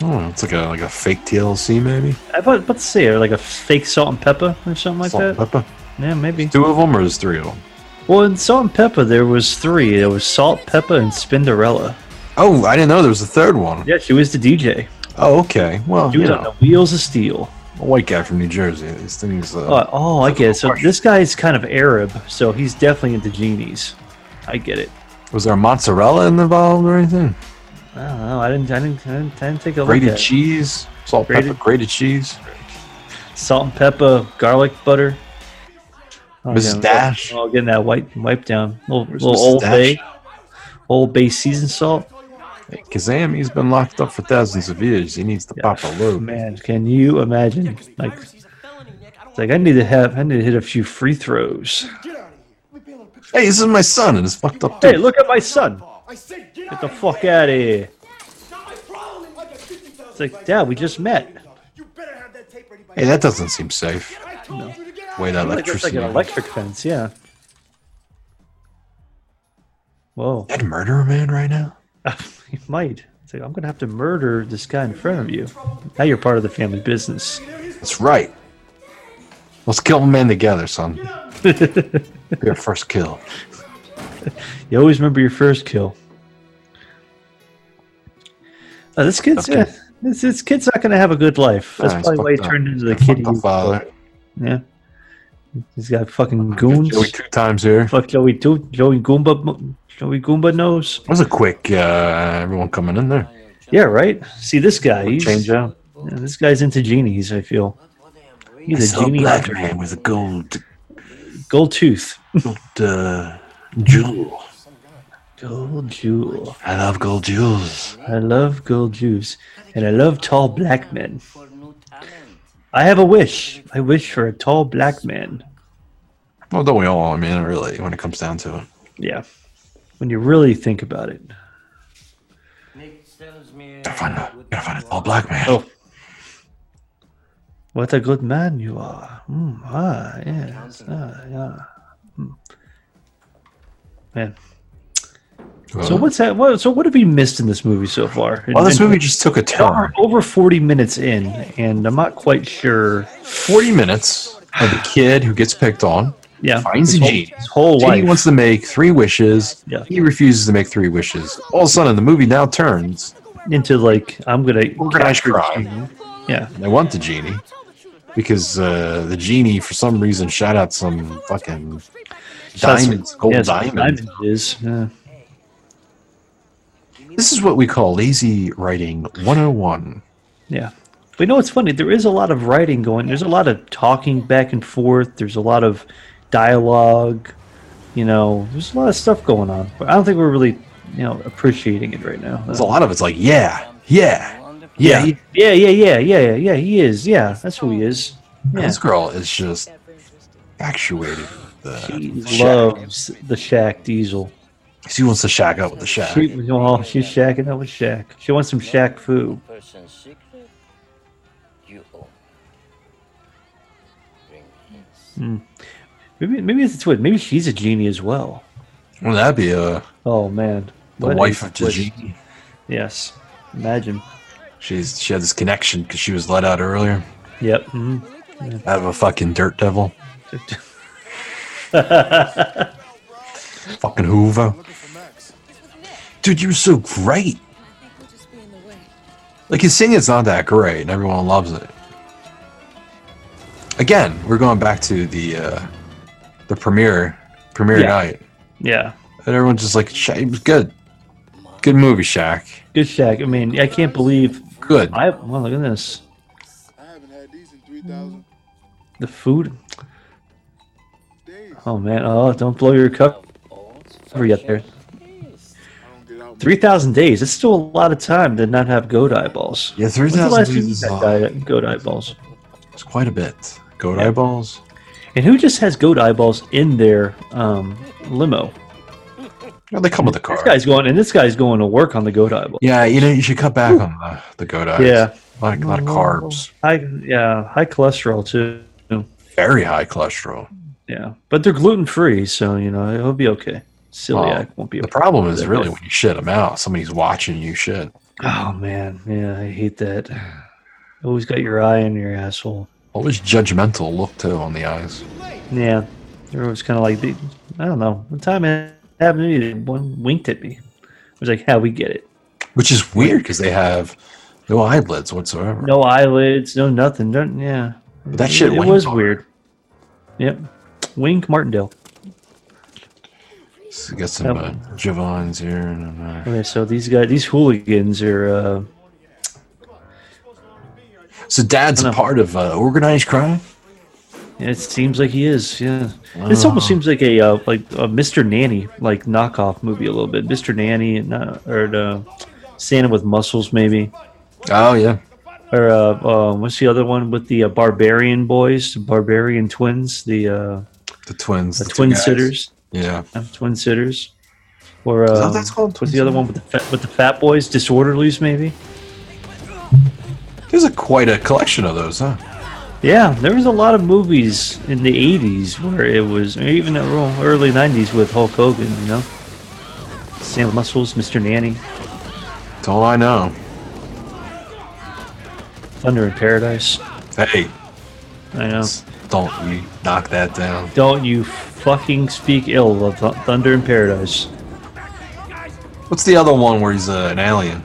Oh, it's like a like a fake TLC maybe. I about, about to say, are like a fake salt and pepper or something like Salt that. and pepper. Yeah, maybe. Two of them or is three of them? Well, in Salt and Pepper, there was three. There was Salt, Pepper, and Spinderella. Oh, I didn't know there was a third one. Yeah, she was the DJ. Oh, okay. Well, She you was on the know, wheels of steel. a white guy from New Jersey. These things. Uh, Oh, oh, I get it. So this guy is kind of Arab, so he's definitely into genies. I get it. Was there mozzarella involved or anything? I don't know. I didn't. I didn't. I didn't, I didn't take a grated look at it. cheese, salt, Grated- pepper, grated cheese. salt and pepper, garlic butter. Oh, Mrs. yeah. Dash. Oh, getting that white wipe down. Little, Where's little Mrs. old Dash? bay, old bay seasoned salt. Kazam, he's been locked up for thousands of years. He needs to pop a load. Man, can you imagine? Like, it's like I need to have. I need to hit a few free throws. Hey, this is my son and his fucked up Hey, tooth. look at my son. Get the fuck out of here. It's like, Dad, we just met. Hey, that doesn't seem safe. Wait, that Like, it's like electricity. an electric fence, yeah. Whoa. That murderer man right now? you might. It's like, I'm going to have to murder this guy in front of you. Now you're part of the family business. That's right. Let's kill them man together, son. Be our first kill. You always remember your first kill. Uh, this kid's Okay. uh, this, this kid's not going to have a good life. That's Nah, he's probably why he fucked up. turned into the He's kid. fucked up he- father. Yeah. He's got fucking goons. Joey two times here. Fuck Joey two. Joey Goomba. mo- Joey Goomba knows. That was a quick uh, everyone coming in there. Yeah, right. See this guy. He's, Change out. Yeah, this guy's into genies. I feel. I He's a saw a genie black hunter. man with a gold gold tooth. Gold uh, jewel. Gold jewel. I love gold jewels. I love gold jewels, and I love tall black men. I have a wish. I wish for a tall black man. Well, don't we all? I mean, really, when it comes down to it. Yeah. When you really think about it. Gotta find a, gotta find a tall black man. Oh. What a good man you are. Mm, ah, yes. Ah, yeah. Mm. Man. So Uh, what's that? What, so what have we missed in this movie so far? Well, this In- movie just took a turn. We're Over forty minutes in, and I'm not quite sure. Forty minutes of the kid who gets picked on. Yeah, finds his whole- Gene. his whole Gene life. wants to make three wishes. Yeah. He refuses to make three wishes. All of a sudden, the movie now turns. into like I'm gonna organized capture crime. Yeah, they want the genie because uh, the genie, for some reason, shot out some fucking Shots- diamonds, gold yeah, some diamonds. diamond is, uh, yeah. This is what we call lazy writing 101. Yeah. But you know what's funny? There is a lot of writing going. There's a lot of talking back and forth. There's a lot of dialogue. You know, there's a lot of stuff going on. But I don't think we're really, you know, appreciating it right now. There's a lot of it's like, yeah, yeah, yeah. he- yeah, yeah, yeah, yeah, yeah, yeah. He is. Yeah, that's who he is. Yeah. This girl is just actuated. with She The shack. loves the Shaq Diesel. She wants to shack up with the shack. She, oh, she's shacking up with Shaq. She wants some Shaq food. person's secret you own. Bring hints. Hmm. Maybe, maybe it's a twin. Maybe she's a genie as well. Well, that'd be a Oh man, the What wife a of the twist. genie. Yes, imagine. She's she had this connection because she was let out earlier Yep. mhm. Yeah. out of a fucking dirt devil, fucking Hoover. Dude, you were so great. Like his singing's not that great, and everyone loves it. Again, we're going back to the uh, the premiere premiere Yeah. night, yeah. and everyone's just like, "Shaq, it was good, good movie, Shaq." Good Shaq. I mean, I can't believe. Good. I well, look at this. The food. Oh man! Oh, don't blow your cup cover yet there. Three thousand days. It's still a lot of time to not have goat eyeballs. Yeah, When's the 3,000 last time days you is had long. diet- Goat eyeballs. It's quite a bit. Goat eyeballs. And who just has goat eyeballs in their um, limo? Well, they come with a car. This guy's going, and this guy's going to work on the goat eyeball. Yeah, you know, you should cut back on the, the goat eyes. Yeah. Oh, a lot of, lot of carbs, High, yeah, high cholesterol too. very high cholesterol. Yeah, but they're gluten free, so you know it'll be okay. Celiac Well, won't be. The problem is They're really good. when you shit them out, somebody's watching you shit. Oh man, yeah, I hate that. Always got your eye on your asshole. Always judgmental look too on the eyes. Yeah, it was kind of like the, I don't know. One time it happened to me, they one winked at me. I was like, "How we get it? Which is weird because they have no eyelids whatsoever. No eyelids, no nothing. do yeah, But that shit It, went was hard. weird. Yep, Wink Martindale. So you got some uh, Javons here. And, uh, Okay, so these guys, these hooligans are. Uh, so dad's a part of uh, organized crime. it seems like he is. Yeah, this almost Ah. seems like a uh, like a Mr. Nanny like knockoff movie a little bit. Mr. Nanny and uh, or uh, Santa with muscles maybe. Oh yeah. Or uh, uh, what's the other one with the uh, barbarian boys, barbarian twins, the uh, The twins. the, two twin guys. sitters, Yeah. uh, twin sitters. Or that uh, what that's called? what's the other one with the fat, with the fat boys, disorderlies maybe? There's a quite a collection of those, huh? Yeah, there was a lot of movies in the '80s where it was, or even the real early '90s with Hulk Hogan. You know, Sam Muscles, Mr. Nanny, That's all I know. Thunder in Paradise. Hey, I know. don't you knock that down. Don't you fucking speak ill of Th- Thunder in Paradise. What's the other one where he's uh, an alien?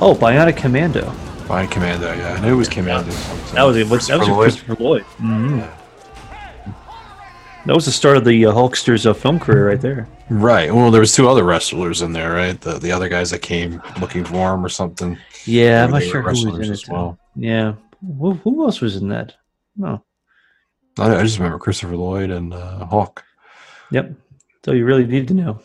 Oh, Bionic Commando. By Commando, yeah. I knew it was Commando. That was a, that was a Mm-hmm. Christopher Lloyd. Christopher Lloyd. Mhm. That was the start of the uh, Hulkster's uh, film career, right there. Right. Well, there was two other wrestlers in there, right? The the other guys that came looking for him or something. Yeah, I'm Or not they sure were who was wrestlers in as it. well. Yeah, who, who else was in that? Oh, No, I, I just remember Christopher Lloyd and uh, Hawk. Yep. So you really needed to know.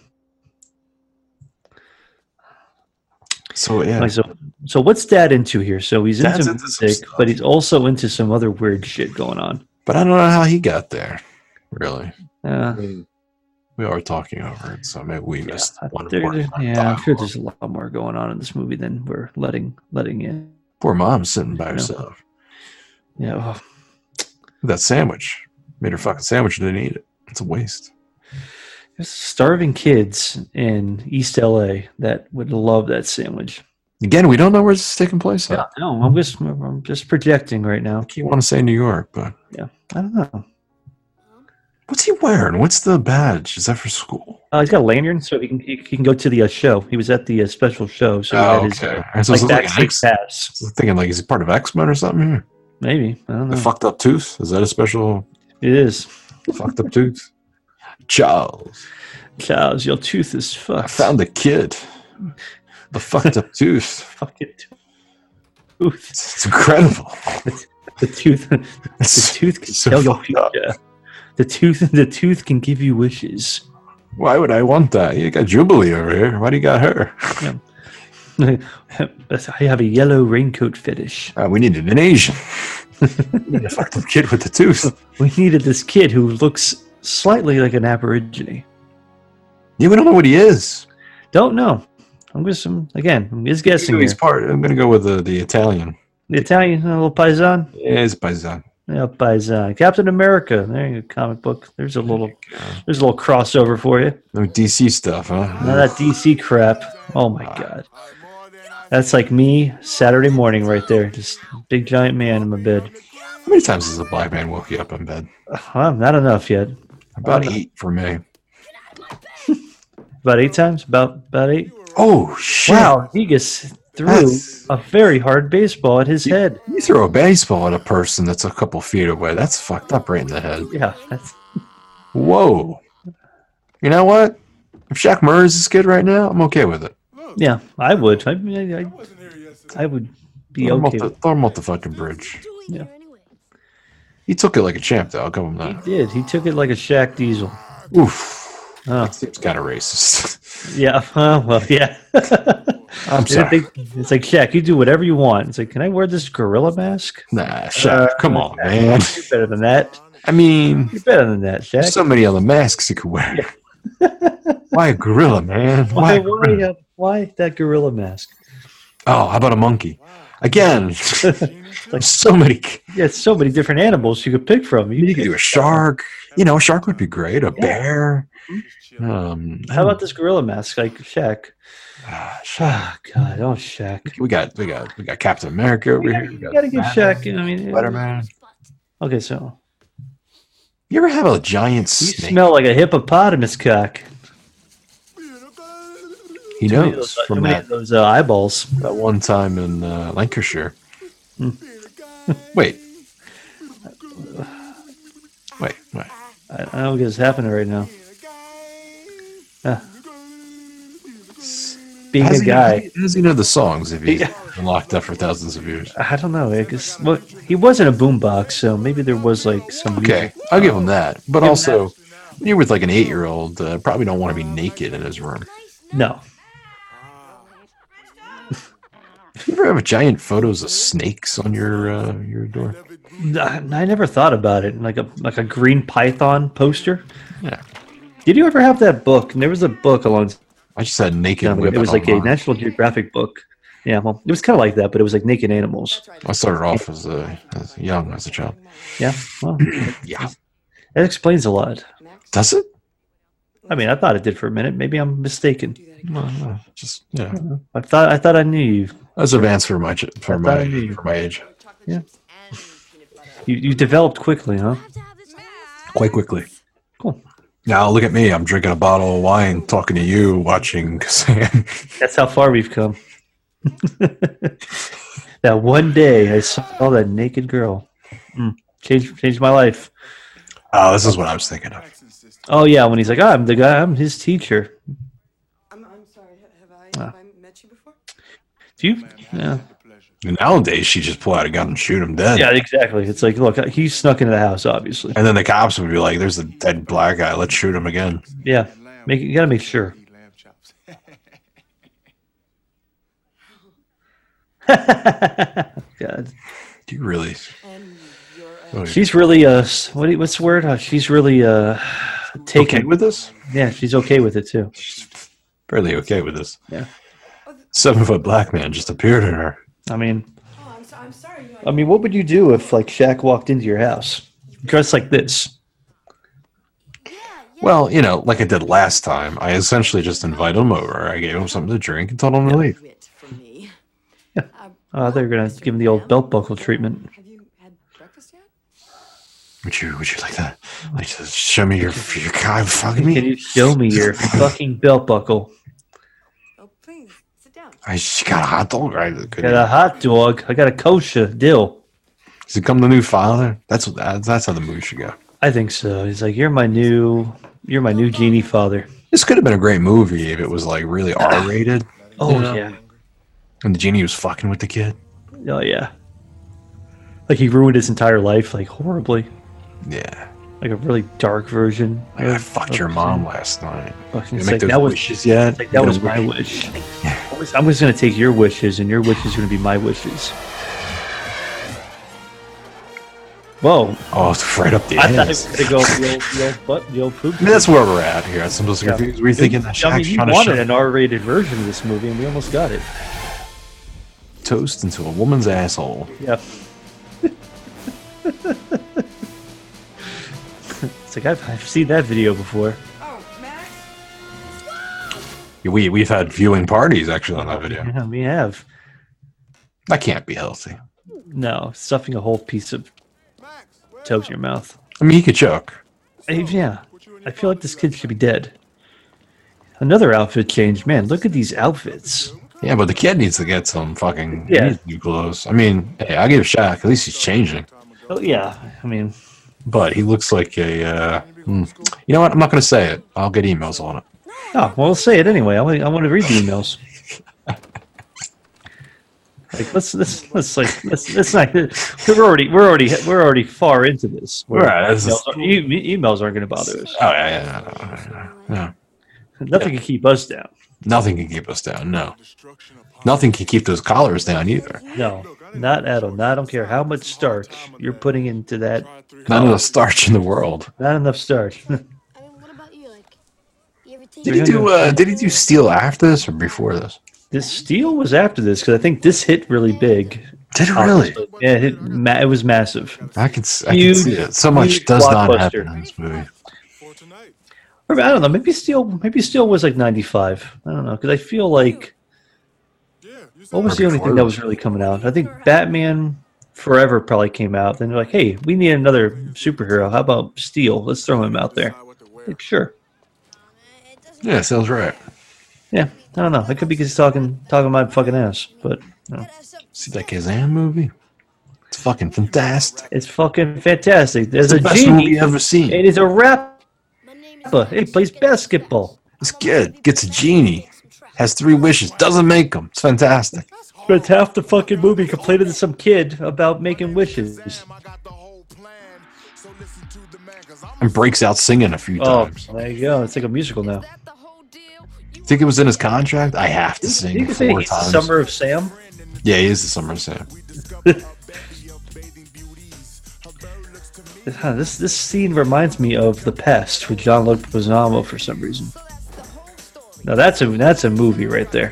So yeah. Like, so, so what's Dad into here? So he's into Dad's into some music, but he's also into some other weird shit going on. But I don't know how he got there, really. Yeah. we are talking over it, so maybe we missed one There- more. there- yeah, I'm sure there's a lot more going on in this movie than we're letting letting in. Poor mom sitting by No. herself. Yeah. oh, That sandwich made her fucking sandwich and didn't eat it. It's a waste. there's starving kids in East LA that would love that sandwich. Again, we don't know where this is taking place. Yeah, no, I'm just I'm just projecting right now. You want to say New York, but yeah, I don't know. What's he wearing? What's the badge? Is that for school? Uh, he's got a lanyard, so he can he, he can go to the uh, show. He was at the uh, special show, so he Oh, had his okay. uh, And so like, it's like an backstage X- pass. I'm thinking like is he part of X Men or something here? Maybe I don't know. The fucked up tooth? Is that a special? It is. Fucked up tooth. Charles. Charles, your tooth is fucked. I found the kid. The fucked up tooth. Fucking tooth. It's incredible. the tooth, the tooth can tell your future. The tooth, the tooth can give you wishes. Why would I want that? You got Jubilee over here. Why do you got her? I have a yellow raincoat fetish. Uh, we needed an Asian. we need a fucked up kid with a tooth. We needed this kid who looks slightly like an aborigine. Yeah, we don't know what he is. Don't know. I'm just I'm, again. I'm just guessing. He's here. part. I'm gonna go with the, the Italian. the Italian a little paisan. Yeah, it's Paisan. Yeah, paisan. Captain America. There you go. Comic book. There's a little. There's a little crossover for you. No DC stuff, huh? None of that DC crap. Oh my god. That's like me Saturday morning right there. Just big giant man in my bed. How many times has a black man woke you up in bed? Well, not enough yet. About Uh, eight for me. About eight times? About about eight? Oh shit. Wow, he gets threw a very hard baseball at his head. You throw a baseball at a person that's a couple feet away. That's fucked up right in the head. Yeah, that's Whoa. You know what? If Shaq Murray is this kid right now, I'm okay with it. yeah, I would. I mean, I, I, I would be Throw him, off okay. the, With throw him off the fucking bridge. Yeah. He took it like a champ, though. I'll give him He that. did. He took it like a Shaq Diesel. Oof. Oh. seems kind of racist. Yeah. huh, well, yeah. I'm They- they- sorry. it's like Shaq, you do whatever you want. It's like, can I wear this gorilla mask? Nah, Uh, Shaq, come on, Shaq, man. You're better than that. I mean, you're better than that, Shaq. There's so many other masks you could wear. Why a gorilla, man? Why? why, a gorilla? why, uh, why that gorilla mask? Oh, how about a monkey? Again, like so many. Yeah, it's so many different animals you could pick from. You, could do a shark. You know, a shark would be great. A bear. Um, How about this gorilla mask, like Shaq? Shaq. God, oh Shaq. We got, we got, we got Captain America over here. We You got gotta give Shaq. you know, I mean, Spider-Man. Okay, so You ever have a giant you snake? smell like a hippopotamus cock. He Too many knows of those- too from many that, of those uh, eyeballs. That one time in uh, Lancashire. Hmm. Wait. Wait, wait. I, I don't get what's happening right now. Ah. Being How's a he- guy. how does he know the songs if he's been locked up for thousands of years? I don't know. I guess well, he wasn't a boombox, so maybe there was like some. Okay, I'll give him that. But also, when you're with like an eight-year-old, uh, probably don't want to be naked in his room. No. You ever have giant photos of snakes on your uh, your door? I, I never thought about it. Like a like a green python poster. Yeah. Did you ever have that book? And there was a book along. I just had naked. it was like a online. National Geographic book. Yeah, well, it was kind of like that, but it was like naked animals. I started off as a as young as a child. Yeah. Well, yeah. That explains a lot. Does it? I mean, I thought it did for a minute. Maybe I'm mistaken. No, no, just yeah. I thought I thought I knew you. That's advanced for my ch- for I thought I knew my you. for my age Yeah. You, you developed quickly, huh? quite quickly. Cool. Now look at me. I'm drinking a bottle of wine, talking to you, watching Sam. That's how far we've come. that one day I saw that naked girl. Mm, changed changed my life. Oh, this is what I was thinking of. Oh yeah, when he's like, "Ah, I'm the guy, I'm his teacher. I'm, I'm sorry, have I, have I met you before? Do you? Yeah. And nowadays, she just pull out a gun and shoot him dead. Yeah, exactly. It's like, look, he snuck into the house, obviously. And then the cops would be like, "There's a dead black guy. Let's shoot him again." Yeah, make you gotta make sure. God, do you really? Oh, She's really uh, s- what do you- what's the word? Uh, she's really uh, taken with this. Yeah, she's okay with it too. Fairly okay with this. Yeah. Seven foot black man just appeared in her. I mean, I mean, what would you do if like Shaq walked into your house dressed like this? Well, you know, like I did last time, I essentially just invited him over. I gave him something to drink and told him to leave. Uh, they're gonna give him the old belt buckle treatment. Would you? Would you like that? Like, to show me your your guy fucking me. Can you show me your fucking belt buckle? Oh, I just got a hot dog. Right? Got a hot dog. I got a kosher dill. Does it come the new father? That's what. That's, that's how the movie should go. I think so. He's like, you're my new, you're my new genie father. This could have been a great movie if it was like really R rated. Oh you know? yeah, And the genie was fucking with the kid. oh yeah. Like he ruined his entire life, like horribly. Yeah. Like a really dark version. Like, I fucked your mom Mm-hmm. last night. Fucking You it's make like, those that was, wishes yet? Like, You that was don't my wish. I was- I'm just gonna take your wishes, and your wishes are gonna be my wishes. Whoa! Oh, it's right up the I thought it ass. was gonna go the old, the old butt, the old poop. I mean, that's where we're at here. I'm just confused. We're thinking that I mean, Shaq's you trying to wanted shove an R-rated version of this movie, and we almost got it. toast into a woman's asshole. Yeah. it's like I've, I've seen that video before. We we've had viewing parties actually on that video. Yeah, we have. That can't be healthy. No, stuffing a whole piece of toast in your mouth. I mean, he could choke. Eh, Yeah, I feel like this kid should be dead. Another outfit change, man. Look at these outfits. Yeah, but the kid needs to get some fucking he Yeah. needs new clothes. I mean, hey, I give Shaq. At least he's changing. Oh yeah, I mean, But he looks like a. Uh, hmm. You know what? I'm not going to say it. I'll get emails on it. oh well, say it anyway. I want, I want to read the emails. like let's let's let's like let's let's not. We're already we're already we're already far into this. Where Right, this is- Emails, are, e- emails aren't going to bother us. Oh yeah, yeah, yeah, yeah, yeah. Nothing can keep us down. Nothing can keep us down. No. Nothing can keep those collars down either. No, not at all. Not, I don't care how much starch you're putting into that. None of the starch in the world. Not enough starch. Did he do? Uh, did he do steel after this or before this? This steel was after this because I think this hit really big. Did it really? Yeah, it, hit ma- it was massive. I can, s- I can see it. So much does not happen in this movie. Or, I don't know. Maybe steel. Maybe steel was like ninety five. I don't know because I feel like what was the only thing that was really coming out? I think Batman Forever probably came out. Then they're like, hey, we need another superhero. How about Steel? Let's throw him out there. Like, sure. Yeah, sounds right. Yeah, I don't know. It could be because he's talking talking my fucking ass, but no. See that Kazan movie? It's fucking fantastic. It's fucking fantastic. There's the a best genie. movie ever seen. It is a rapper. He plays basketball. This kid gets a genie, has three wishes, doesn't make them. It's fantastic. But half the fucking movie complaining to some kid about making wishes. And breaks out singing a few Oh, times. there you go. It's like a musical now. Think it was in his contract? I have to You sing can say four he's the times. Summer of Sam. Yeah, he is the summer Sam. Huh, This this scene reminds me of The Pest with John Luc Pizamo for some reason. Now that's a that's a movie right there.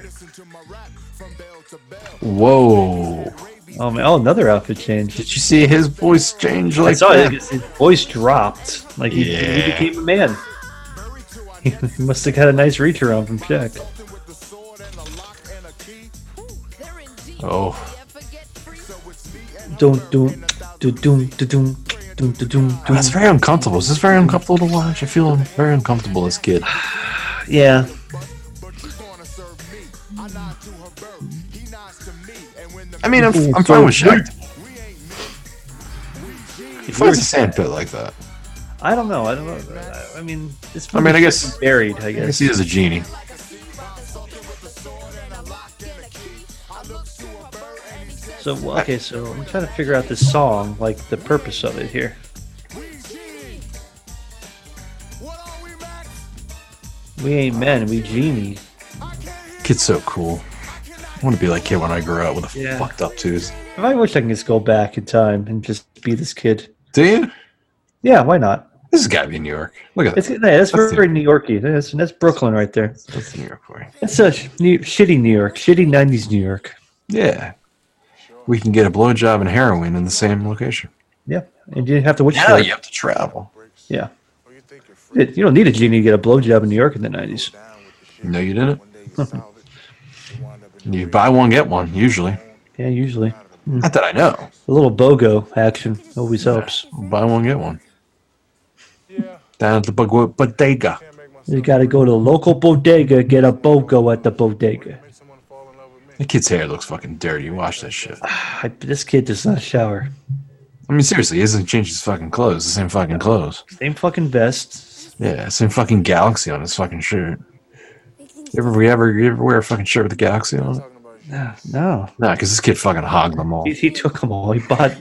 Whoa! Oh man! Oh, another outfit change. Did you see his voice change like I saw that? it. His voice dropped. Like he, Yeah. he became a man. He, must have got a nice reach around from Shaq. Oh, Doom doom doom doom doom doom doom doom. that's very uncomfortable. Is this very uncomfortable to watch? I feel very uncomfortable as a kid. Yeah. I mean, I'm, I'm fine with Shaq. He finds a sandpit like that. I don't know. I don't know. I, I mean, this. I mean, I movie guess- should be buried. I I guess. guess he is a genie. So well, okay, so I'm trying to figure out this song, like the purpose of it here. We ain't men, we genie. Kid's so cool. I want to be like kid when I grow up with a Yeah. fucked up tooth. If I wish I can just go back in time and just be this kid. Do you? Yeah, why not? This has got to be New York. Look at It's, yeah, that. that's, That's very New Yorky. That's, that's Brooklyn right there. That's New York for you. That's a sh- new, shitty New York, shitty '90s New York. Yeah. We can get a blowjob and heroin in the same location. Yeah, and you have to wait Now for it. you have to travel. Yeah. Oh, It- you don't need a genie to get a blowjob in New York in the '90s. No, you didn't. You buy one, get one, usually. Yeah, usually. Not that I know. A little BOGO action always helps. Buy one, get one. Down at the bug- bodega. You got to go to the local bodega, get a BOGO at the bodega. The kid's hair looks fucking dirty. Watch that shit. I, this kid does not shower. I mean, seriously, he hasn't changed his fucking clothes. The same fucking clothes. Same fucking vest. Yeah, same fucking galaxy on his fucking shirt. You ever, you ever, you ever wear a fucking shirt with a galaxy on it? No, no. Nah, because this kid fucking hogged them all. He, he took them all. He bought.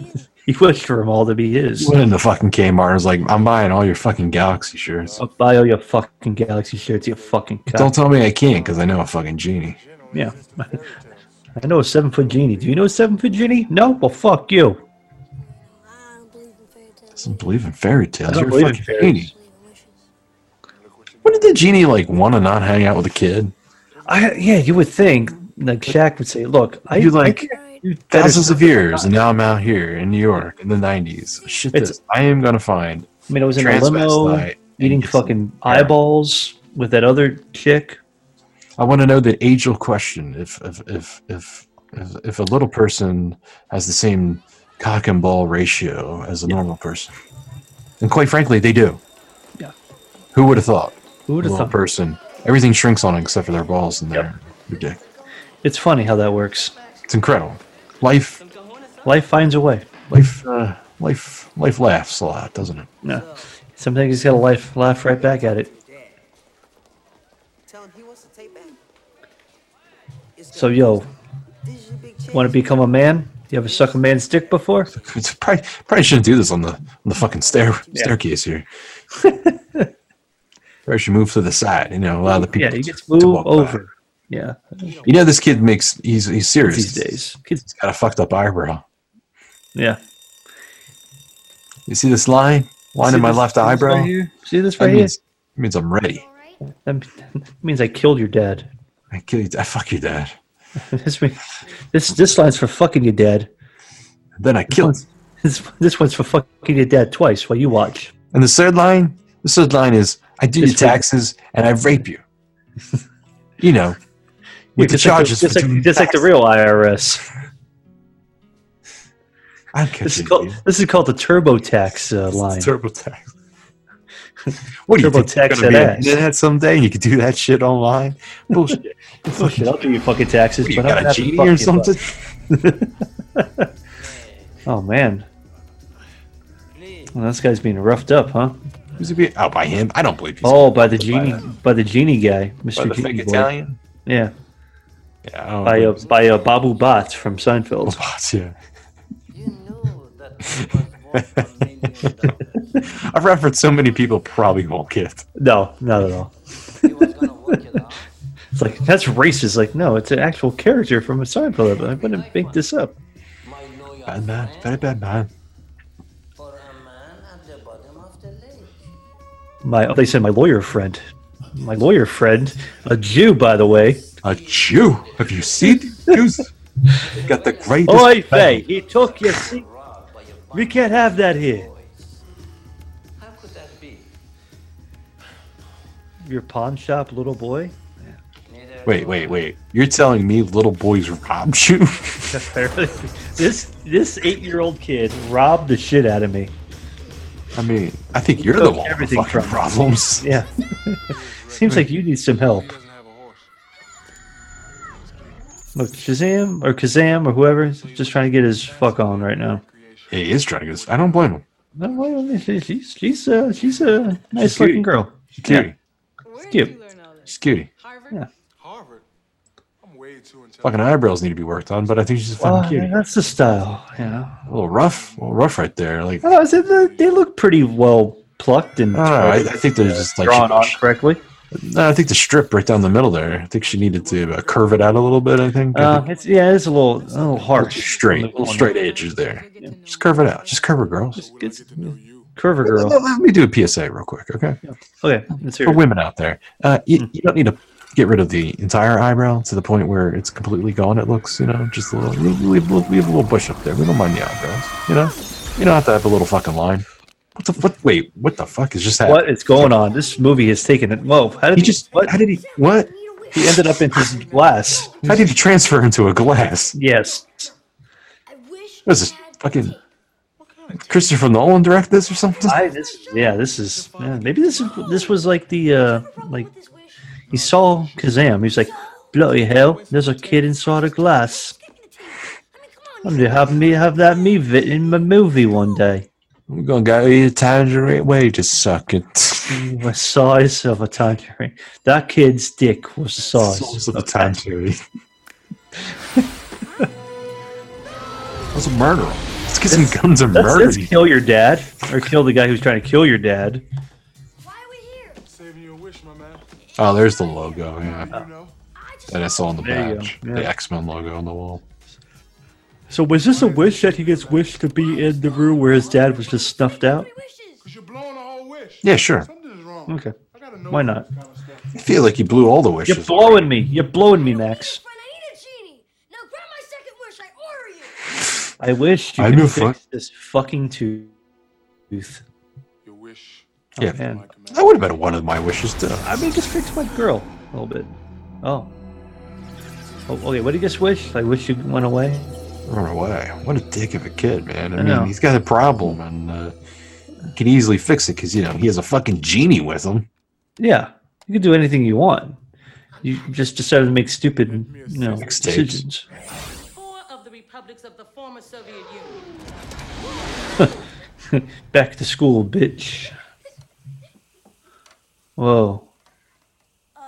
He wished for them all to be his. He went into fucking Kmart and was like, I'm buying all your fucking galaxy shirts. I'll buy all your fucking galaxy shirts. You fucking. Cunt. Don't tell me I can't because I know a fucking genie. Yeah. I know a seven foot genie. Do you know a seven foot genie? No. Well, fuck you. doesn't believe in fairy I tales. don't You're a believe in fucking fairies. genie. When did the genie like want to not hang out with a kid? I yeah. You would think like Shaq would say, "Look, I You I like can't do better Thousands stuff of than years, that." and now I'm out here in New York in the '90s. Shit, It's- this I am gonna find. I mean, I was in a limo transvestite. eating fucking eyeballs with that other chick. I want to know the age-old question: if if if if if, if a little person has the same cock and ball ratio as a normal person, and quite frankly, they do. Yeah. Who would have thought? Who would've A little thought? Person, everything shrinks on it except for their balls and their, their dick. It's funny how that works. It's incredible. Life, Life finds a way. life, uh, life, life laughs a lot, doesn't it? No. Sometimes he's got to laugh, laugh right back at it. So, yo, want to become a man? You ever suck a man's dick before? It's probably, probably shouldn't do this on the on the fucking stair staircase here. probably should move to the side. You know, allow the people. Yeah, he to- gets moved walk by. over. Yeah. You know, this kid makes he's he's serious These days. He's got a fucked up eyebrow. Yeah. You see this line? Line See in my this- left see this eyebrow. right here? See this That right here? means, It means I'm ready. That means I killed your dad. I kill you. I fuck your dad. this, mean- this this line's for fucking your dad. Then I kill him. This, this one's for fucking your dad twice while you watch. And the third line, the third line is, I do your This way. taxes and I rape you. you know, with the just like charges. just for like, doing just like the taxes. real IRS. I'm catching This is called this is called the TurboTax uh, line. TurboTax. What do you think you're TurboTax gonna that be on ass. the internet someday and you could do that shit online? Bullshit. Bullshit, I'll do your fucking taxes. What, you but I'm got a not having genie fuck or you, something? bud. oh man, well, this guy's being roughed up, huh? Who's it be? Oh, by him? I don't believe he's Oh, by the genie, by the genie guy, Mr. by the Genie fake boy. Italian. uh, Yeah, Yeah, I don't by a believe by a Babu Bat from Seinfeld. it's- yeah. I've referenced so many people probably won't get. No, not at all. it's like that's racist. Like, no, it's an actual character from a Seinfeld. I wouldn't make this up. Bad man, very bad man. My they said my lawyer friend, my lawyer friend, a Jew by the way. A Jew? Have you seen the Jews? They've got the greatest. Oi, Faye, he took your seat. We can't have that here. How could that be? Your pawn shop, little boy. Wait, wait, wait. You're telling me little boys robbed you? this this eight year old kid robbed the shit out of me. I mean, I think you're the Took one with everything fucking from- problems. Yeah. Seems like you need some help. Look, Shazam or Kazam or whoever is just trying to get his fuck on right now. He is trying to. I don't blame him. No, I don't think- she's she's uh, she's a nice cutie. looking girl. She's cutie. Yeah. She's cute. She's cutie. Yeah. Fucking eyebrows need to be worked on, but I think she's a fucking Well, cutie. Oh, that's the style. Yeah. A little rough, a little rough right there. Like, I said they they look pretty well plucked and. I don't know. I, I think they're just like drawn on correctly. No, I think the strip right down the middle there. I think she needed to uh, curve it out a little bit. I think. I Uh, think it's yeah, it's a little a little harsh. straight, little straight edges there. Just curve it out. Just curve it, girls. Curve it, girl. Let, let me do a PSA real quick, okay? Okay, let's hear For it. women out there, uh, Hmm. you, you don't need to get rid of the entire eyebrow to the point where it's completely gone. It looks, you know, just a little. We, we, we, we have a little bush up there. We don't mind the eyebrows, you know. You don't have to have a little fucking line. What the what? Wait, what the fuck is just happening? What is going on? This movie has taken it. Whoa! How did he, just? What? How did he? What? He ended up in his glass. How did he transfer into a glass? Yes. What is this fucking? Christopher Nolan direct this or something? I, this, yeah, this is yeah, maybe this is this was like the uh like he saw Kazam. He's like, bloody hell, there's a kid inside a glass. I'm gonna have me have that me vi- in my movie one day. We're gonna go eat a tangerine. Wait to suck it. The size of a tangerine. That kid's dick was the size, of a tangerine. Let's murder him. Let's get some guns and Let's, murder let's these- kill your dad, or kill the guy who's trying to kill your dad. Oh, there's the logo. Yeah. That I saw on the There you go, badge. yeah. The X Men logo on the wall. So was this a wish that he gets wished to be in the room where his dad was just snuffed out? Yeah, sure. Okay. Why not? I feel like you blew all the You're wishes. blowing me. You're blowing me, Max. I wish you I could knew fix fuck- this fucking tooth. Yeah. man. That would have been one of my wishes too. I mean, just fix my girl a little bit. Oh. oh okay, what do you just wish? I wish you went away. Run away. What a dick of a kid, man. I, I mean, know. he's got a problem and uh, can easily fix it because, you know, he has a fucking genie with him. Yeah, you can do anything you want. You just decided to make stupid, you know, decisions. Back to school, bitch. Whoa. Uh,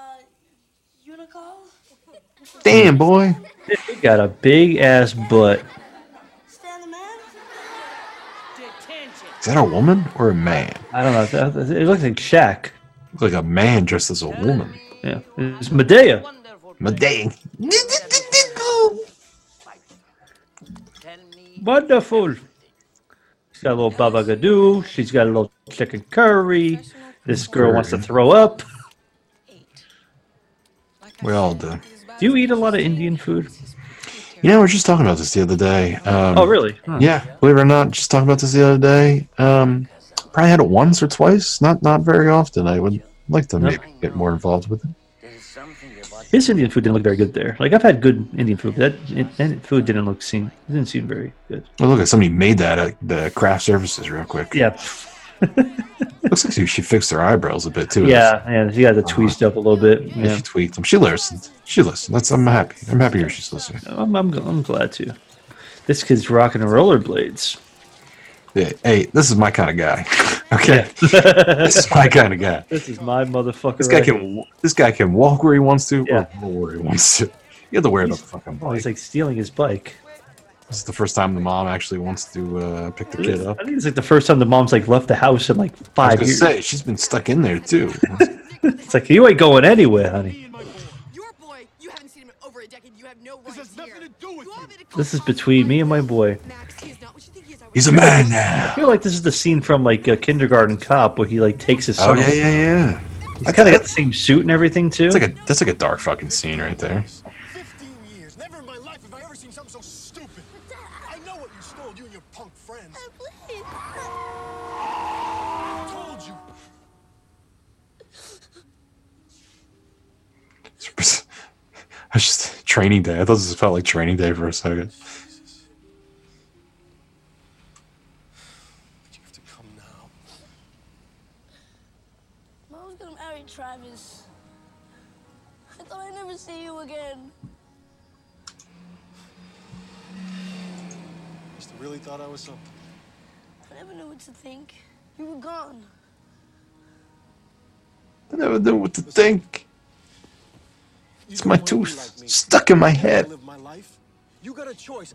Damn, boy. You got a big ass butt. Is that a woman or a man? I don't know. that- that- It looks like Shaq. Looks like a man dressed as a woman. Yeah. It's Medea. Medea. Wonderful. She's got a little baba gadoo. She's got a little chicken curry. This girl wants to throw up. We all do. Do you eat a lot of Indian food? You know, we were just talking about this the other day. Um, Oh, really? Huh. Yeah, believe it or not, just talking about this the other day. Um, probably had it once or twice. Not not very often. I would like to maybe get more involved with it. His Indian food didn't look very good there. Like I've had good Indian food, but that Indian food didn't look seem it didn't seem very good. Oh, look, somebody made that at the craft services real quick. Yeah, Looks like she, she fixed her eyebrows a bit too. yeah, yeah. She got to tweezed up a little bit. Yeah, Yeah, she tweaked them. She listened. She listened. That's I'm happy. I'm happy here she's listening. I'm, I'm, I'm glad to. This kid's rocking rollerblades. Yeah, hey, this is my kind of guy. okay, this is my kind of guy. This is my motherfucker. This guy right can wa- this guy can walk where he wants to or roll where he wants to. You have to wear the fucking here. Oh, he's like stealing his bike. This is the first time the mom actually wants to uh, pick the I kid up. think it's like the first time the mom's like left the house in like I was five gonna years. say she's been stuck in there too. It's like you ain't going anywhere, honey. This is between me and my boy. He's a man now. I feel like this is the scene from like a kindergarten cop where he like takes his Oh son. yeah, yeah, yeah. He's kind of got the same suit and everything too. That's like a that's like a dark fucking scene right there. I was just training day. I thought this felt like training day for a second. Mom's gonna marry Travis. I thought I'd never see you again. Must have really thought I was something. I never knew what to think. You were gone. I never knew what to think. It's my tooth stuck in my head.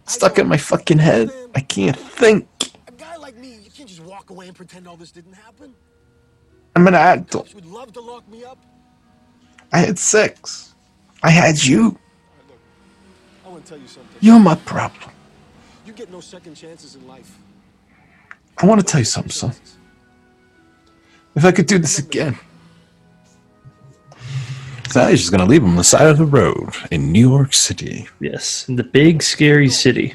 Stuck in my fucking head. I can't think. A guy like me, you can't just walk away and pretend all this didn't happen. I'm an adult. Cops would love to lock me up. I had sex. I had you. I want to tell you something. You're my problem. You get no second chances in life. I want to tell you something, son. If I could do this again, Sally's just gonna leave him on the side of the road in New York City. Yes, in the big scary city.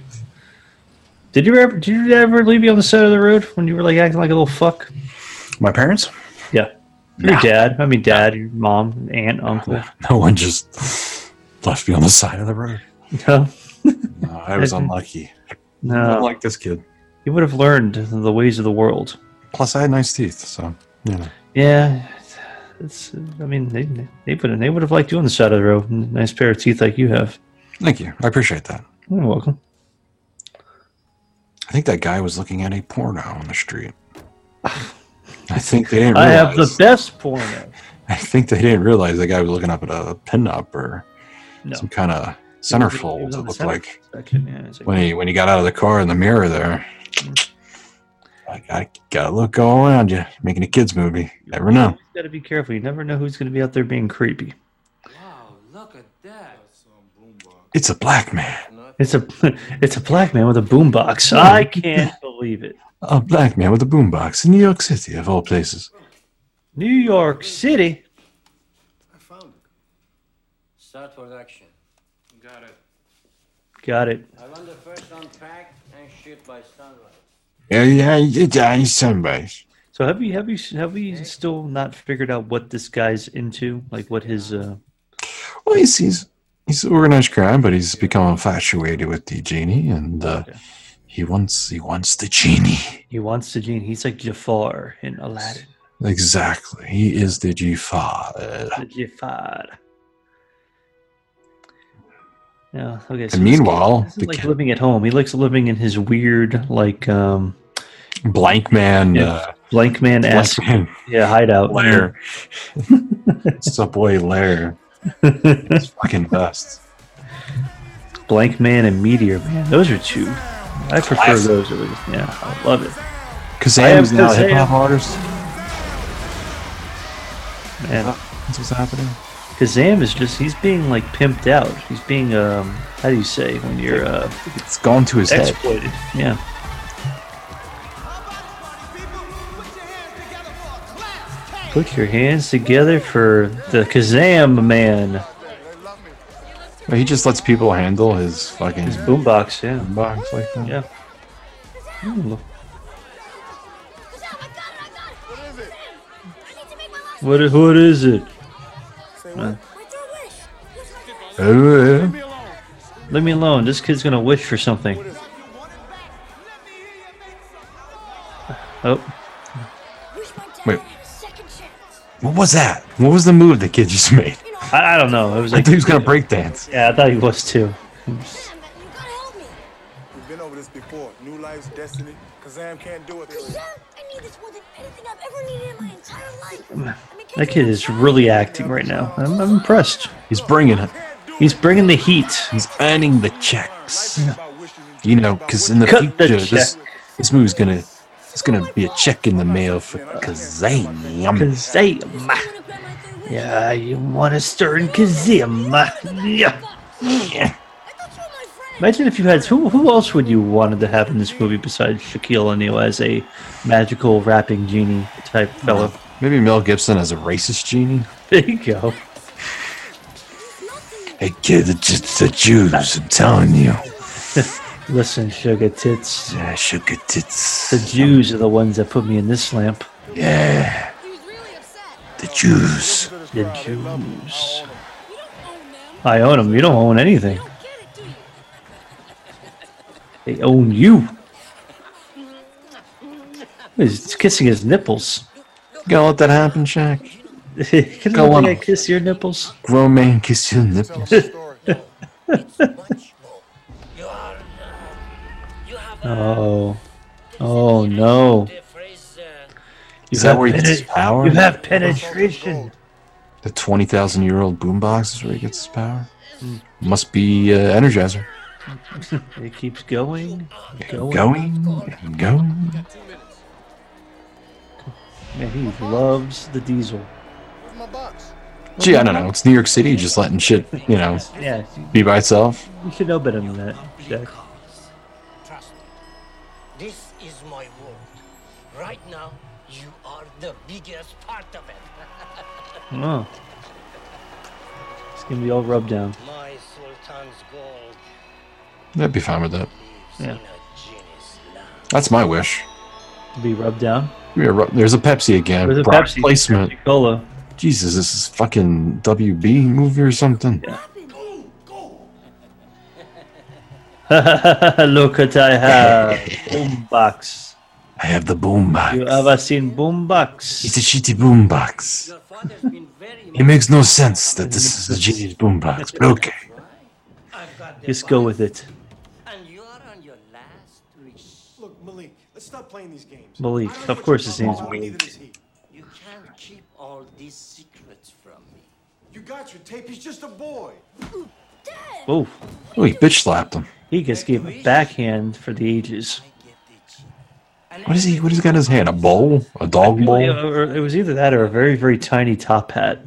Did you ever? Did you ever leave you on the side of the road when you were like acting like a little fuck? My parents? Yeah. Your dad. I mean, dad, your mom, aunt, uncle. No one just left me on the side of the road. No. No, I was unlucky. No. like this kid. You would have learned the ways of the world. Plus, I had nice teeth, so you know. Yeah. It's, I mean, they they would have, they would have liked you on the side of the road. Nice pair of teeth like you have. Thank you. I appreciate that. You're welcome. I think that guy was looking at a porno on the street. I think they didn't. I have Realize, the best porno. I think they didn't realize the guy was looking up at a pinup or No. some kind of He was- he centerfold. was It on the looked like centerfold section, yeah, it's like- when he when he got out of the car in the mirror there. I got got to look all around you, making a kids movie. Never know. You gotta be careful. You never know who's gonna be out there being creepy. It's a black man. It's a it's a black man with a boombox. Hmm. I can't believe it. A black man with a boombox in New York City, of all places. New York City. Start production. Got it. Got it. I want the first unpacked and shipped by sunrise. Yeah, yeah, yeah, yeah, sunrise. So have we have we have we still not figured out what this guy's into? Like what his uh Well, he's he's he's organized crime, but he's become infatuated with the genie, and uh, he wants he wants the genie. he wants to gene. He's like Jafar in Aladdin. Exactly, he is the Jafar. The Jafar. Yeah. Okay. And meanwhile, the like living at home. He likes living in his weird like um blank man. Yeah, uh, blank man blank ass. man Yeah, hideout lair, subway lair. It's fucking best. Blank Man and Meteor Man. Those are two. I prefer Classic. those at least. Yeah, I love it. I Kazam am is now a hip hop Kazam. artist. Man, That's what's happening. Kazam is just—he's being like pimped out. He's being um, how do you say when you're uh, It's gone to his head. exploited? Yeah. Put your hands together for the Kazam man. He just lets people handle his fucking his boombox. Yeah, boombox like that. Yeah. Hmm, look. What is, what is it? Huh? Oh, Leave me alone. This kid's gonna wish for something. Oh, Wait. What was that? What was the move the kid just made? I, I don't know. It was I like thought he was gonna break dance. Yeah, I thought he was too. We've been over this before. New life's destiny. Kazam can't do it. I need this more than anything I've ever needed in my entire life. That kid is really acting right now. I'm, I'm impressed. He's bringing it. He's bringing the heat. He's earning the checks. You know, because in the Cut the future, this check. this move's gonna it's gonna be a check in the mail for Kazam. Kazam. Yeah, you want to stir in Kazam. Yeah. Yeah. Imagine if you had who, who else would you wanted to have in this movie besides Shaquille O'Neal as a magical rapping genie type fellow? Maybe Mel Gibson as a racist genie. There you go. Hey kid, it's just the Jews. I'm telling you. Listen, sugar tits. Yeah, sugar tits. The Jews are the ones that put me in this lamp. Yeah. The Jews. The Jews. I own them. You don't own anything. They own you. He's kissing his nipples. Gonna let that happen, Shaq. Can Go I on. kiss your nipples? Grown man kiss your nipples. oh. Oh no! Is that where he gets his power? You have penetration. The 20,000 year old boombox is where he gets his power? Hmm. Must be uh, Energizer. it keeps going, and going, Going and going. Man, he loves the diesel. Gee, I don't know. It's New York City just letting shit, you know, Yeah. be by itself. You should know better than that, Jack. This is my world. Right now, you are the biggest part of it. Oh. It's gonna be all rubbed down. My sultan's gold. I'd be fine with that. Yeah. That's my wish. Be rubbed down. Give me a ru- There's a Pepsi again. There's a Product Pepsi. placement. Cola. Jesus, this is fucking WB movie or something. Look what I have. boombox. I have the boombox. You ever seen boombox? It's a shitty boombox. It makes no sense that this is a shitty boombox, but okay. Just go with it. Look, Malik, let's stop playing these games. I Malik. don't know Of what course you're his talking name's about, Malik. neither is he. You can't keep all these secrets from me. You got your tape. He's just a boy. Oh. Oh, he bitch slapped him. He just gave a backhand for the ages. What is he? What has he got in his hand? A bowl? A dog bowl? Or- It was either that or a very, very tiny top hat.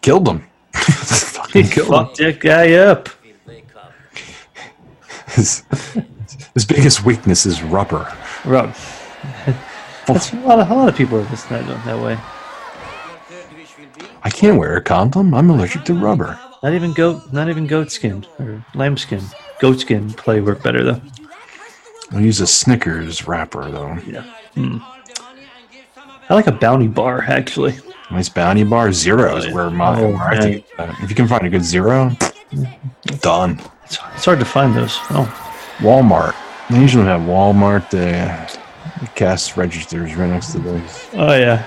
Killed him. He fucking killed him. fucked that guy up. His, his biggest weakness is rubber. Rob. That's a lot of, a lot of people are listening that, that way. I can't wear a condom. I'm allergic to rubber. Not even goat, not even goat skin or lamb skin. Goat skin play work better though. I'll use a Snickers wrapper though. Yeah. Hmm. I like a bounty bar actually. Nice bounty bar. Zero is where my Oh, where I think uh, if you can find a good zero, done. It's, it's hard to find those. Oh, Walmart. They usually have Walmart. The cash registers right next to those. oh yeah.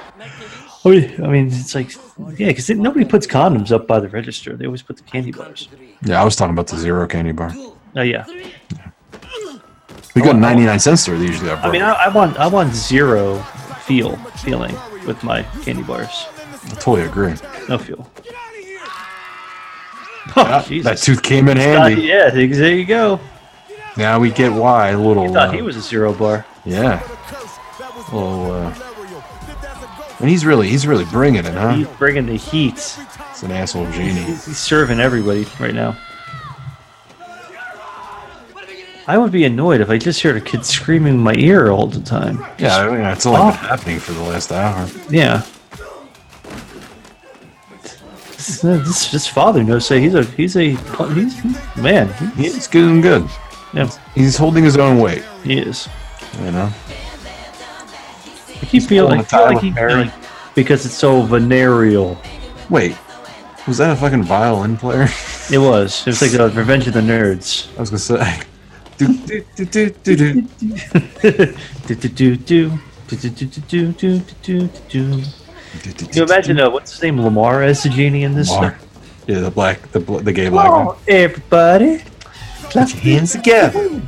Oh, yeah, I mean, it's like, yeah, because nobody puts condoms up by the register. They always put the candy bars. Yeah, I was talking about the zero candy bar. Oh yeah. We got 99 cents there. They usually have. I mean, I, I want, I want zero feel feeling with my candy bars. I totally agree. No fuel. Yeah, that tooth came in handy. yeah, there there you go. Now we get why a little. He thought uh, he was a zero bar. Yeah. Oh, Well, uh, and he's really he's really bringing it, huh? He's bringing the heat. It's an asshole genie. He's, he's serving everybody right now. I would be annoyed if I just heard a kid screaming in my ear all the time. Yeah, I mean, it's only been happening for the last hour. Yeah. This, this, this father knows. Say he's a he's a he's man. He's good and good. Yeah, He's holding his own weight. He is. You know. I keep feeling I feel like he, like, because it's so venereal. Wait, was that a fucking violin player? It was. It was like the Revenge of the Nerds. I was gonna say. Do, do, do, do, do, do. do do do do do do do do do do do. Can you imagine uh, what's his name Lamar as the genie in this? Lamar. Yeah, the black, the, bl- the gay black guy. Hello, everybody, clap your hands together. Hmm.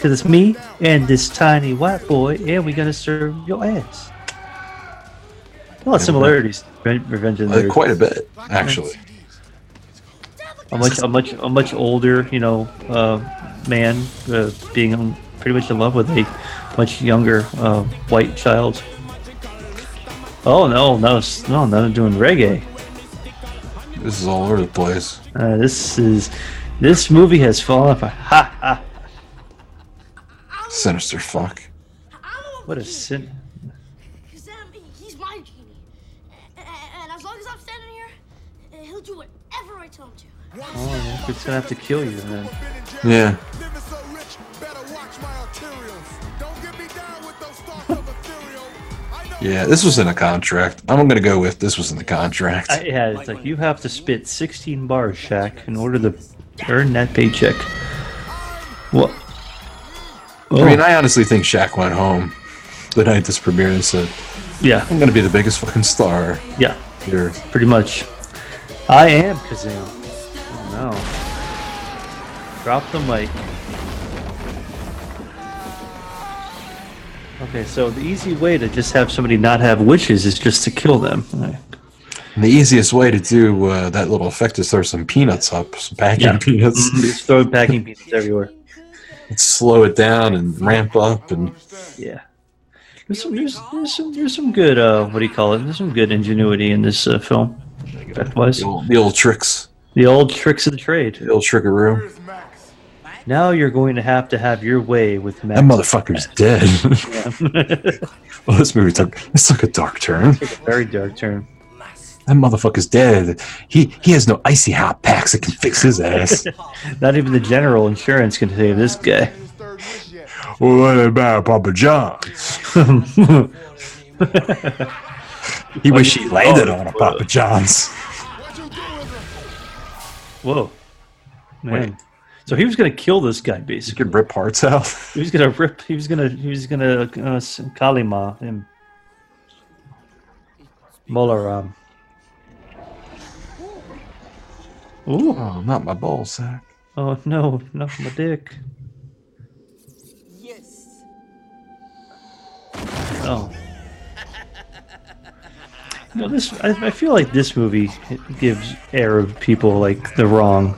Cause it's me and this tiny white boy, and we gonna serve your ass. A lot of similarities. Re- Revenge of the Uh, Nerds. quite a bit, actually. A much, a much, a much older, you know, uh, man uh, being um, pretty much in love with a much younger uh, white child. Oh no, no, s- no, no, doing reggae. This is all over the place. Uh, this is, this movie has fallen apart. Ha ha! Sinister fuck. What a sin! Because um, he's my genie. A- a- And as long as I'm standing here, uh, he'll do whatever I tell him to. Oh, it's gonna have to kill you then. Yeah. Yeah, this was in a contract. I'm gonna go with this was in the contract. I, yeah, it's like you have to spit 16 bars, Shaq, in order to earn that paycheck. What? Oh, I mean, I honestly think Shaq went home the night this premiered and said, "Yeah, I'm gonna be the biggest fucking star." Yeah, here, pretty much. I am Kazam. Oh, no. Drop the mic. Okay, so the easy way to just have somebody not have witches is just to kill them. Alright. And the easiest way to do uh, that little effect is throw some peanuts up, some packing Yeah. peanuts. Mhm, Just throw packing peanuts everywhere. Slow it down and ramp up, and yeah, There's some, there's, there's some, there's some good. Uh, what do you call it? There's some good ingenuity in this uh, film. Effect-wise, the old, tricks, the old tricks of the trade, the old trickaroo. Now you're going to have to have your way with Max. that motherfucker's dead. Yeah. well, this movie took this took a dark turn. Very dark turn. That motherfucker's dead. He he has no icy hot packs that can fix his ass. Not even the general insurance can save this guy. what about Papa John? he wish he landed on a Papa John's. Whoa. Man. So he was going to kill this guy, basically. He could rip parts out. he was going to rip. He was going to. He was going to uh, s- Kalima him. Molaram. Ooh. Oh, not my ball sack. Oh no, not my dick. Yes. Oh. You know, this. I, I feel like this movie gives Arab people like the wrong,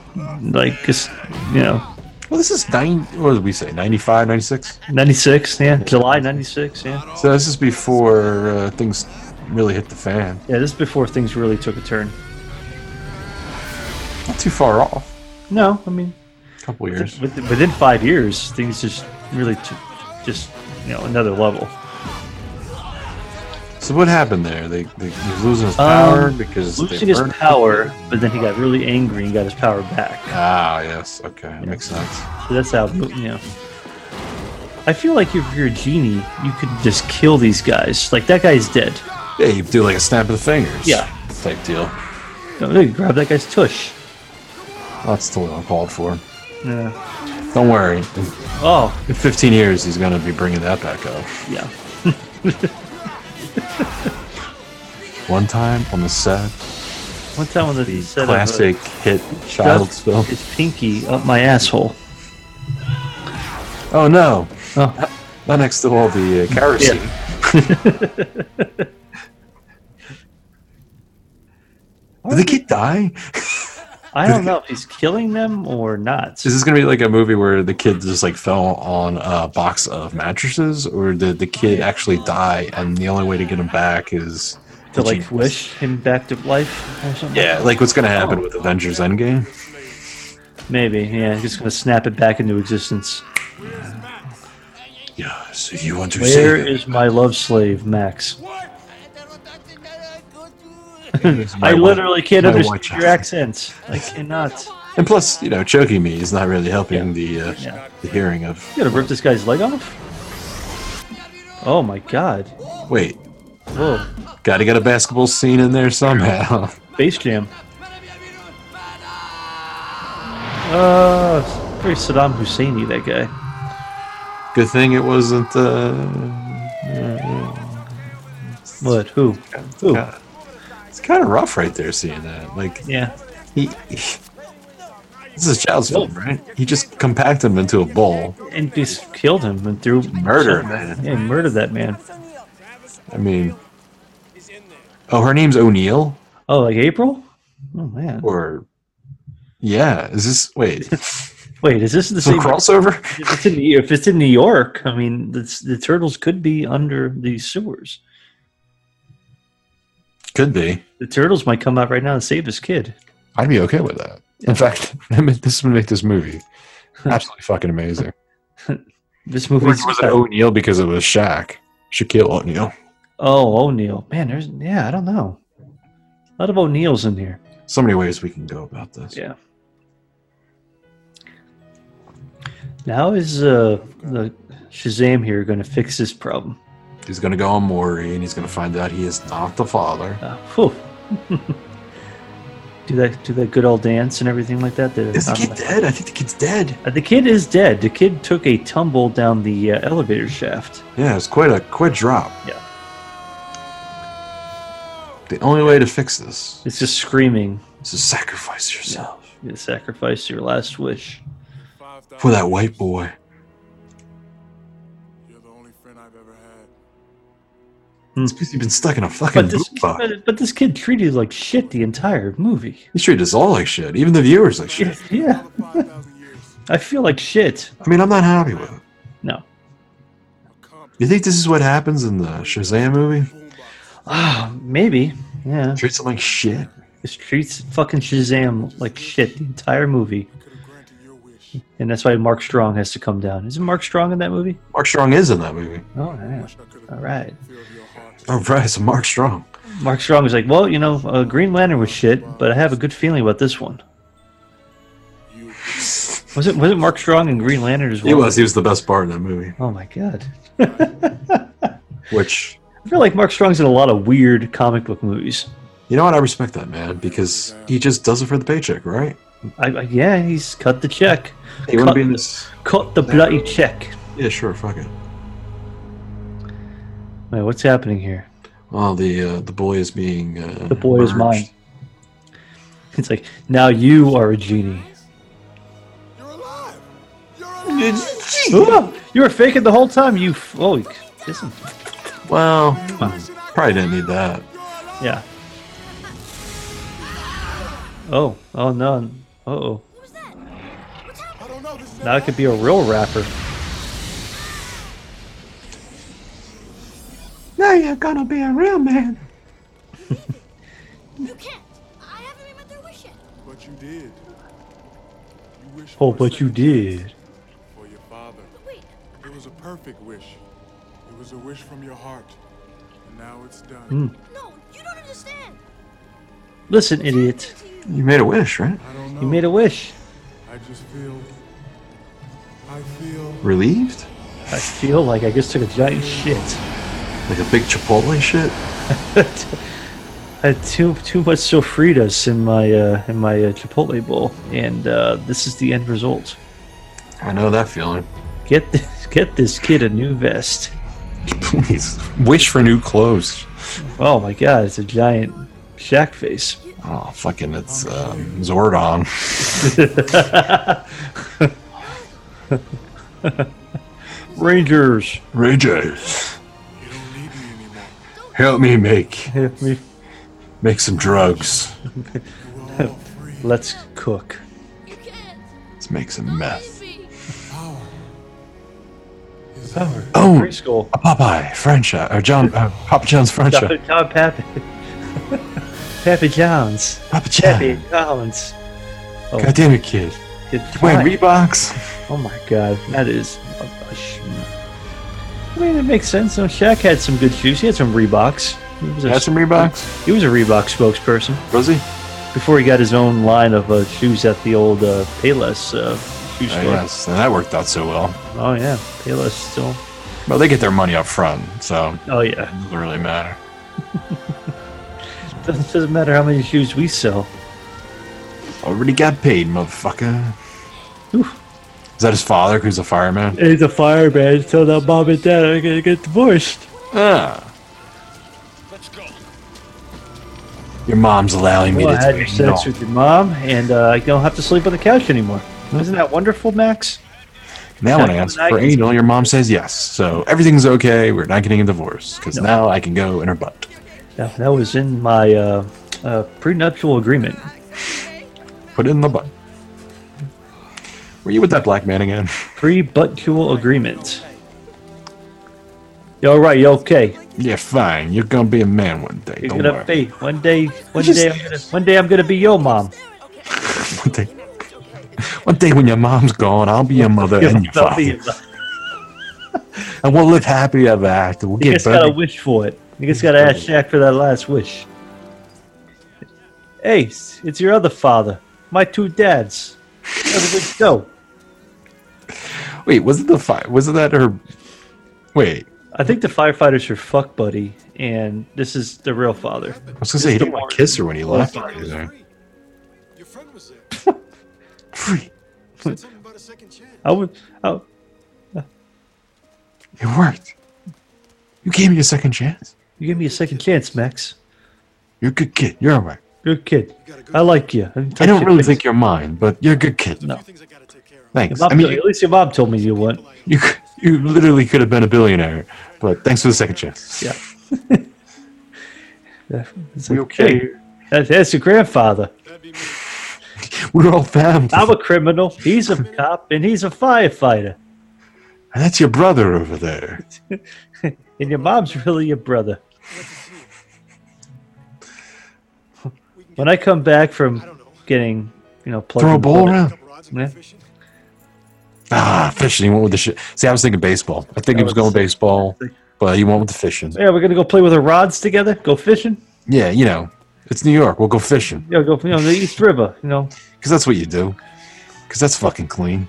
like just you know. Well, this is nine. What did we say? 95, 96? 96, yeah. July 96, yeah. So this is before uh, things really hit the fan. Yeah, this is before things really took a turn. Not too far off. No, I mean, a couple years. Within, within five years, things just really took just you know another level. So what happened there? They, they he was losing his power Um, because losing they his burned- power, but then he got really angry and got his power back. Ah, yes. Okay, that makes sense. So that's how you know. I feel like if you're a genie, you could just kill these guys. Like that guy's dead. Yeah, you do like a snap of the fingers. Yeah. Type deal. No, they grab that guy's tush. That's totally uncalled for. Yeah. Don't worry. Oh. In 15 years, he's going to be bringing that back up. Yeah. One time on the set, One time on the, set of, uh, classic hit child's Stuck film. His pinky up my asshole. Oh no! Not- Not next to all the uh, kerosene. Did the kid die? I don't know if he's killing them or not. Is this going to be like a movie where the kid just like fell on a box of mattresses, or did the kid actually die and the only way to get him back is To like wish him back to life or something. Yeah, like what's going to happen with Avengers Endgame? Maybe. Yeah. Just gonna snap it back into existence. Yeah. So you want to Where is my love slave, Max? I literally can't My understand watch. your accents. I cannot. And plus, you know, choking me is not really helping the uh, the hearing of. You gotta rip this guy's leg off? Oh my god. Wait, Whoa. got to get a basketball scene in there somehow. Base Jam. Uh, it's very Saddam Husseini, that guy. Good thing it wasn't. Uh, what? Who? Who? it's kind of rough right there seeing that. Like, Yeah. he. he- this is a child's film, right? He just compacted him into a ball. And just killed him and threw murder, man. Yeah, he murdered that man. I mean, oh, her name's O'Neill, Oh, like April? Oh man. or yeah, is this wait? Wait, is this the Is it a same crossover? If it's, in, if it's in New York, I mean, the, the turtles could be under the sewers. Could be. The turtles might come out right now and save this kid. I'd be okay with that. In fact, I mean, this would make this movie absolutely fucking amazing. This Or movie it was it O'Neill because it was Shaq? Shaquille O'Neal. Oh, O'Neill. Man, there's yeah, I don't know. A lot of O'Neills in here. So many ways we can go about this. Yeah. Now is uh the Shazam here going to fix this problem? He's gonna go on Maury and he's gonna find out he is not the father. Uh, Whew. do that do that good old dance and everything like that. The, Is the kid dead? I think the kid's dead. Uh, the kid is dead. The kid took a tumble down the uh, elevator shaft. Yeah, it's quite a quite drop. Yeah. The only way to fix this It's just screaming. is to sacrifice yourself You sacrifice your last wish. for that white boy. You're the only friend I've ever had. It's because you've been stuck in a fucking but this, boot box. but, but this kid treated like shit the entire movie. He treated us all like shit, even the viewers like shit. Yeah. I feel like shit. I mean, I'm not happy with it. No. You think this is what happens in the Shazam movie? Ah, maybe. Yeah. Treats it like shit. It treats fucking Shazam like shit the entire movie. And that's why Mark Strong has to come down. Isn't Mark Strong in that movie? Mark Strong is in that movie. Oh, yeah. All right. All right, so Mark Strong. Mark Strong was like, well, you know, uh, Green Lantern was shit, but I have a good feeling about this one. Was it was it Mark Strong and Green Lantern as well? He was. He was the best part in that movie. Oh my god! Which I feel like Mark Strong's in a lot of weird comic book movies. you know what? I respect that man because he just does it for the paycheck, right? I, I, yeah, he's cut the check. He wouldn't cut, be in this. cut the bloody check. Yeah, sure. Fuck it. Wait, what's happening here? Well, the uh, the boy is being uh, The boy is mine. It's like now you are a genie. Oh, you were faking the whole time. You f- oh, you kiss him. Well, probably didn't need that. Yeah. Oh, oh no. Uh oh. Now it could be a real rapper. Now you're gonna be a real man. You can't. I haven't even met their wish yet. But you did. Oh, but you did. For your father. It was a perfect wish. It was a wish from your heart. And now it's done. Hmm. No, you don't understand. Listen, idiot. You made a wish, right? You made a wish. I just feel. I feel. Relieved, I feel like I just took a giant shit. like a big Chipotle shit. I had too too much sofritas in my uh, in my uh, Chipotle bowl, and uh, this is the end result. I know that feeling. Get this, get this kid a new vest. Please wish for new clothes. Oh my god, it's a giant shack face. Oh, fucking, it's um, Zordon. Rangers, Rangers, help me make help me. make some drugs. Let's cook. Let's make some meth. Power. Oh. preschool. A Popeye franchise or John uh, Papa John's franchise. John Pappy. Pappy John's. Papa Pappy John. John's. Oh, God damn it, kid. kid You wearing fly. Reeboks? Oh my god, that is. a- a sh- I mean, it makes sense. No, Shaq had some good shoes. He had some Reeboks. He was a- Had some Reeboks? He was a Reebok spokesperson Was he? before he got his own line of uh, shoes at the old uh, Payless uh, shoe Uh, store. yes, and that worked out so well. Oh yeah, Payless still. Well, they get their money up front, so Oh yeah, it doesn't really matter. doesn't, doesn't matter how many shoes we sell. Already got paid, motherfucker. Oof. Is that his father, who's a fireman? He's a fireman, so now mom and dad are gonna get divorced. Ah. Your mom's allowing me Well, I to had do your it. sex with your mom, and uh, I don't have to sleep on the couch anymore. Isn't that wonderful, Max? Now when I ask for anal, your mom says yes. So everything's okay. We're not getting a divorce because now I can go in her butt. That, that was in my uh, uh, prenuptial agreement. Put it in the butt. Were you with that black man again? Prebuttual agreement. You're right. You're okay. yeah, fine. You're gonna be a man one day. You're Don't gonna worry. be one day. One Just- day. I'm gonna, one day. I'm gonna be your mom. One day, one day when your mom's gone, I'll be your mother and your I'll be father, and we'll live happy ever after. We'll You get just gotta buried. wish for it. You just gotta ask Shaq for that last wish. Hey, s- it's your other father. My two dads. That was a good show. Wait, was it the fire? Was it that her? Wait, I think the firefighters are fuck buddy, and this is the real father. I was gonna say he didn't want to kiss her when he left. or anything. Your friend was there. Free. Said something about a second chance. I would. I, It worked. You gave me a second chance. you give me a second chance, Max. You're a good kid. You're all right. You're a kid. I like you. I don't really think you're mine, but you're a good kid. No. Thanks. Your I mom mean, told- you, at least your mom told me you won. you, you literally could have been a billionaire, but thanks for the second chance. Yeah. It's like, hey, that- that's your grandfather. We're all family. I'm a criminal. He's a cop, and he's a firefighter. And that's your brother over there. and your mom's really your brother. When I come back from getting, you know, plugged Throw a in the ball wood- around. Yeah. Ah, fishing. He went with the shit. See, I was thinking baseball. I think he was going baseball, but he went with the fishing. yeah, we're gonna go play with our rods together. Go fishing. Yeah, you know, it's New York. We'll go fishing Yeah, go you know the East River. You know, because that's what you do. Because that's fucking clean.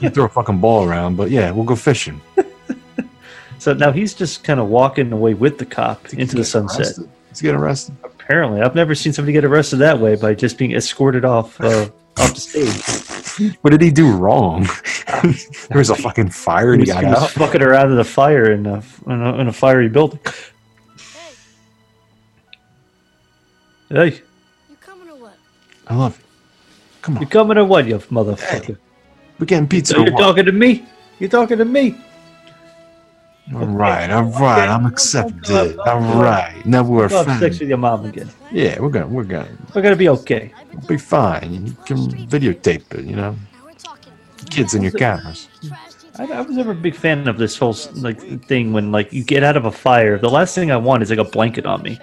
you throw a fucking ball around, but yeah, we'll go fishing. so now he's just kind of walking away with the cop into the sunset. arrested. He's getting arrested. Apparently, I've never seen somebody get arrested that way by just being escorted off uh, off the stage. What did he do wrong? there was a fucking fire and he He was- got he was out. fucking around in a fire in a, in a, in a fiery building. Hey, I love it. Come on. You coming or what, you motherfucker? We're getting pizza. So or you're what? talking to me? You're talking to me? All right, all right, I'm accepted. All right, now we're Go have sex fine. with your mom again. Yeah, we're gonna, we're gonna, We're gonna be okay. we'll be fine. You can videotape it, you know. Kids in your cameras. I, I was never a big fan of this whole like thing when like you get out of a fire. The last thing I want is like a blanket on me.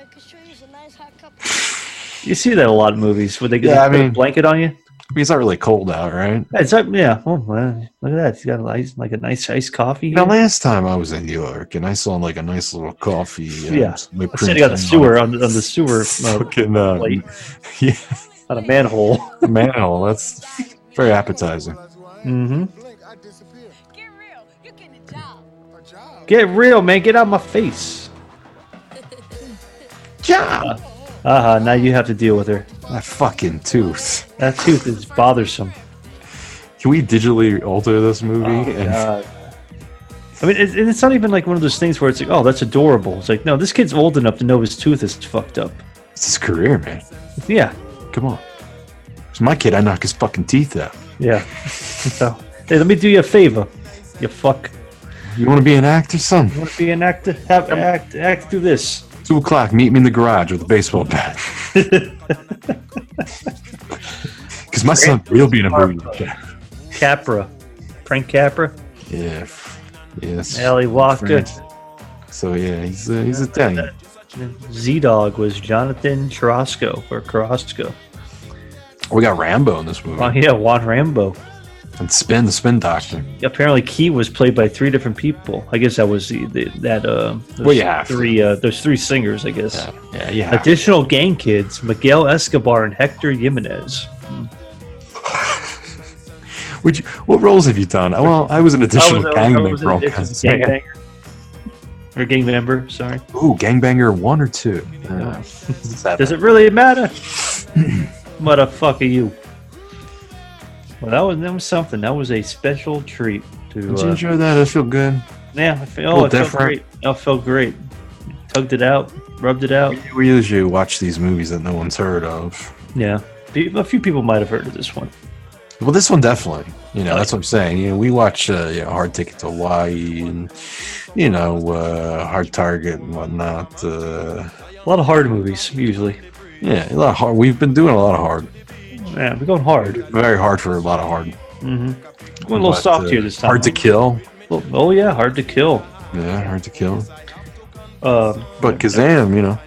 You see that a lot in movies where they get Yeah, I they put mean- a blanket on you. I mean, it's not really cold out, right? It's like, yeah, oh, man, look at that. He's got a nice, like a nice iced coffee. Now, here. last time I was in New York, and I saw like a nice little coffee. um, yeah, whipped I said cream he got the thing sewer it. on the, on the sewer uh, Fucking, uh, plate yeah, on a manhole. manhole. That's very appetizing. Mm-hmm. Get real, man. Get out of my face. Job. Uh huh. Now you have to deal with her. That fucking tooth. That tooth is bothersome. Can we digitally alter this movie? Oh, and- God. I mean, it, it's not even like one of those things where it's like, oh, that's adorable. It's like, no, this kid's old enough to know his tooth is fucked up. It's his career, man. Yeah, Come on. It's my kid. I knock his fucking teeth out. yeah. so, hey, let me do you a favor. You fuck. You want to be an actor, son? You want to be an actor? Have, act, act through this. Two o'clock. Meet me in the garage with a baseball bat. Because my son will be in a movie. like that. Capra, Frank Capra, Yeah. f- Yes. Allie Walker. Frank. So yeah, he's uh, he's Italian. Z Dog was Jonathan Charasco or Carrasco. We got Rambo in this movie. Oh yeah, Juan Rambo. And Spin, the Spin Doctor. Apparently, Key was played by three different people. I guess that was the, the, that. Uh, those Well, you have to. three. Uh, those three singers, I guess. Yeah, you have to. Additional gang kids: Miguel Escobar and Hector Jimenez. Would you, what roles have you done? Well, I was an additional I was- I was gangbanger an role. additional gangbanger. Or gang member, sorry. Ooh, gangbanger one or two. Uh, Does it really matter? Motherfucker, you. Well, that was that was something. That was a special treat to. Did you Uh, enjoy that? I feel good. yeah, I feel, Feel oh, it felt different? great. I felt great. Tugged it out, rubbed it out. We usually watch these movies that no one's heard of. Yeah, Pe- a few people might have heard of this one. Well, this one definitely. You know, that's what I'm saying. You know, we watch uh, you know, Hard Ticket to Hawaii and you know uh, Hard Target and whatnot. Uh, a lot of hard movies usually. Yeah, a lot of hard. We've been doing a lot of hard. Yeah, we're going hard. Very hard for a lot of hard. Mm-hmm. Going a little But, soft uh, here this time. Hard to kill. Oh, oh, yeah, hard to kill. Yeah, hard to kill. Um, But Kazam, you know,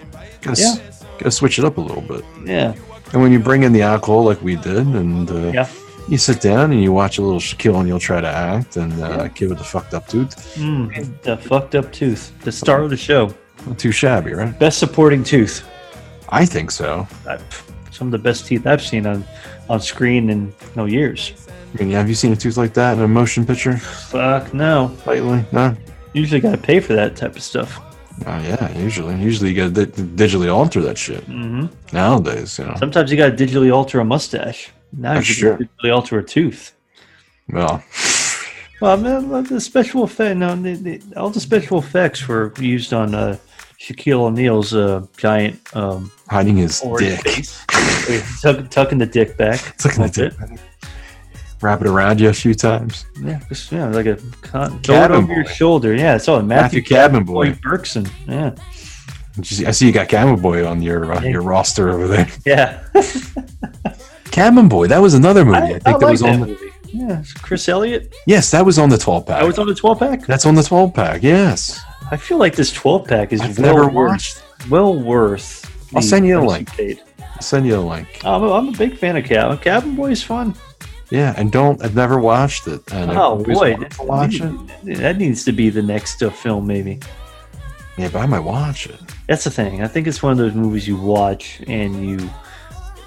gotta, s- Yeah. gotta switch it up a little bit. Yeah. And when you bring in the alcohol like we did, and uh, Yeah. you sit down and you watch a little Shaquille O'Neal try to act and uh, kid with a fucked up tooth, Mm, the fucked up tooth. The star of the show. not too shabby, right? Best supporting tooth. I think so. I, pff, some of the best teeth I've seen on, on screen in no years. I mean, have you seen a tooth like that in a motion picture? Fuck no. Lately, no. Usually got to pay for that type of stuff. Oh yeah, usually, usually you gotta di- digitally alter that shit. hmm Nowadays, you know. Sometimes you got to digitally alter a mustache. Now you That's true. can digitally alter a tooth. Well, Well, man, like the special effect. No, the, the, all the special effects were used on uh, Shaquille O'Neal's uh, giant um, hiding his orange dick. face. Tuck, tucking the dick back. Tucking the That's dick it. wrap it around you a few times. Yeah, just yeah, like a con- throw it over your shoulder. Yeah, it's all Matthew, Matthew Cabin Boy. Berkson. Yeah, You see- I see you got Cabin Boy on your uh, your roster over there. yeah. Cabin Boy, that was another movie. I, think I that like was on. The, movie. Yeah, it's Chris Elliott. yes, that was on the twelve pack. I was on the twelve pack. That's on the twelve pack. Yes, I feel like this twelve pack is I've well never worth, watched. Well worth. I'll the send you a price link. paid. I'll send you a link. I'm a, I'm a big fan of Cabin. Cabin Boy is fun. Yeah, and don't. I've never watched it. And I've oh always boy, wanted to that- watch it. That needs to be the next uh, film, maybe. Yeah, but I might watch it. That's the thing. I think it's one of those movies you watch and you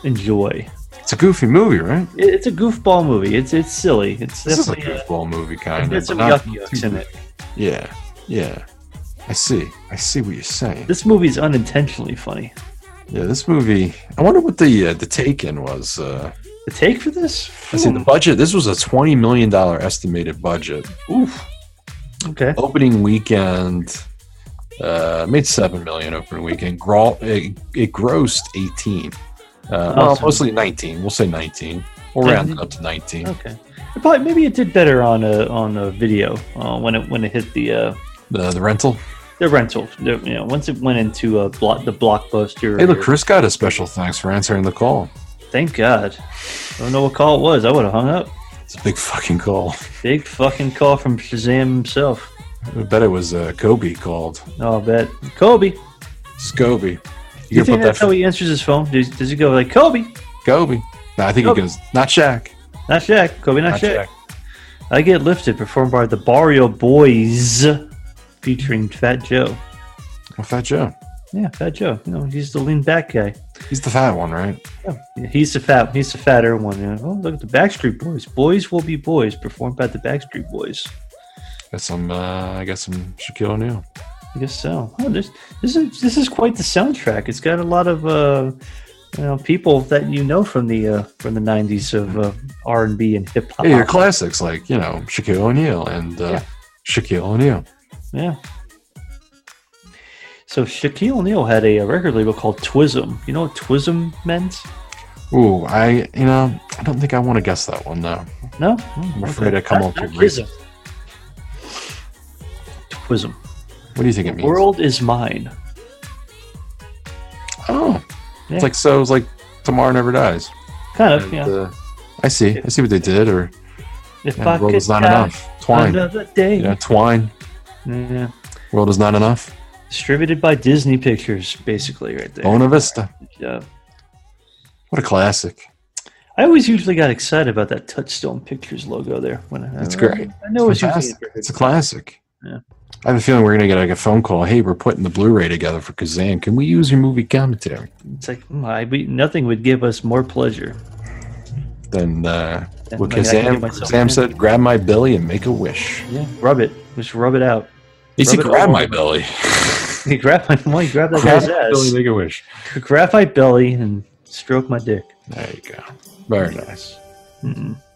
enjoy. It's a goofy movie, right? It- It's a goofball movie. It's it's silly. It's This is a definitely, uh, goofball movie, kind of. it's some but not yuck too yucks in it. Yeah, yeah. I see. I see what you're saying. This movie's unintentionally funny. Yeah, this movie. I wonder what the uh, the take in was. Uh, The take for this? I see the budget. This was a twenty million dollar estimated budget. Oof. Okay. Opening weekend uh, made seven million opening weekend. Gro- it, it grossed eighteen. Uh, well, so- mostly nineteen. We'll say nineteen. We'll round it up to nineteen. Okay. It probably maybe it did better on a on a video uh, when it when it hit the uh, The the rental. the rental. The, you know, once it went into a block the blockbuster. Hey, look, or- Chris got a special thanks for answering the call. Thank God. I don't know what call it was. I would have hung up. It's a big fucking call. Big fucking call from Shazam himself. I bet it was uh, Kobe called. Oh, I bet Kobe. It's Kobe. You, You, can think put that. that's how he answers his phone? Does, does he go like Kobe? Kobe. No, I think Kobe. it goes not Shaq. Not Shaq. Kobe, not, Not Shaq. Shaq. I Get Lifted, performed by the Barrio Boys, featuring Fat Joe. Well, Fat Joe. Yeah, Fat Joe. You know, he's the lean back guy. He's the fat one, right? Yeah, he's the fat. He's the fatter one. you know. Oh, look at the Backstreet Boys. Boys will be boys, performed by the Backstreet Boys. Got some. Uh, I got some Shaquille O'Neal. I guess so. Oh, this this is this is quite the soundtrack. It's got a lot of uh, you know people that you know from the uh, from the '90s of uh, R and B and hip hop. Yeah, your classics like you know Shaquille O'Neal and uh, Yeah. Shaquille O'Neal. Yeah. So Shaquille O'Neal had a, uh, record label called Twism. You know what Twism meant? Ooh, I you know I don't think I want to guess that one though. No, I'm afraid I Hmm. come Not- up not with reason. Twism. Twism. What do you think it means? World is mine. Oh, Yeah. it's like so. It's like tomorrow never dies. Kind of. And, yeah. uh, I see. I see what they did. Or If yeah, I world could is not die enough. Twine. another day. Yeah, twine. Yeah. World is not enough. Distributed by Disney Pictures, basically, right there. Bona Vista. Yeah. What a classic. I always usually got excited about that Touchstone Pictures logo there. When I, It's great. I know it's usually Fantastic. It's a classic. Yeah. I have a feeling we're gonna get like a phone call. Hey, we're putting the Blu-ray together for Kazan. Can we use your movie commentary? it's like hmm, I, we, nothing would give us more pleasure. Then uh, Then what maybe I can Kazan, do myself, Kazan yeah. said, "Grab my belly and make a wish." Yeah, rub it. Just rub it out. He said, Rub it "Grab all my over. belly." You grab my well, you grab that Grab guy's my belly, ass. make a wish. Grab my belly and stroke my dick. There you go. Very nice. Mm-mm.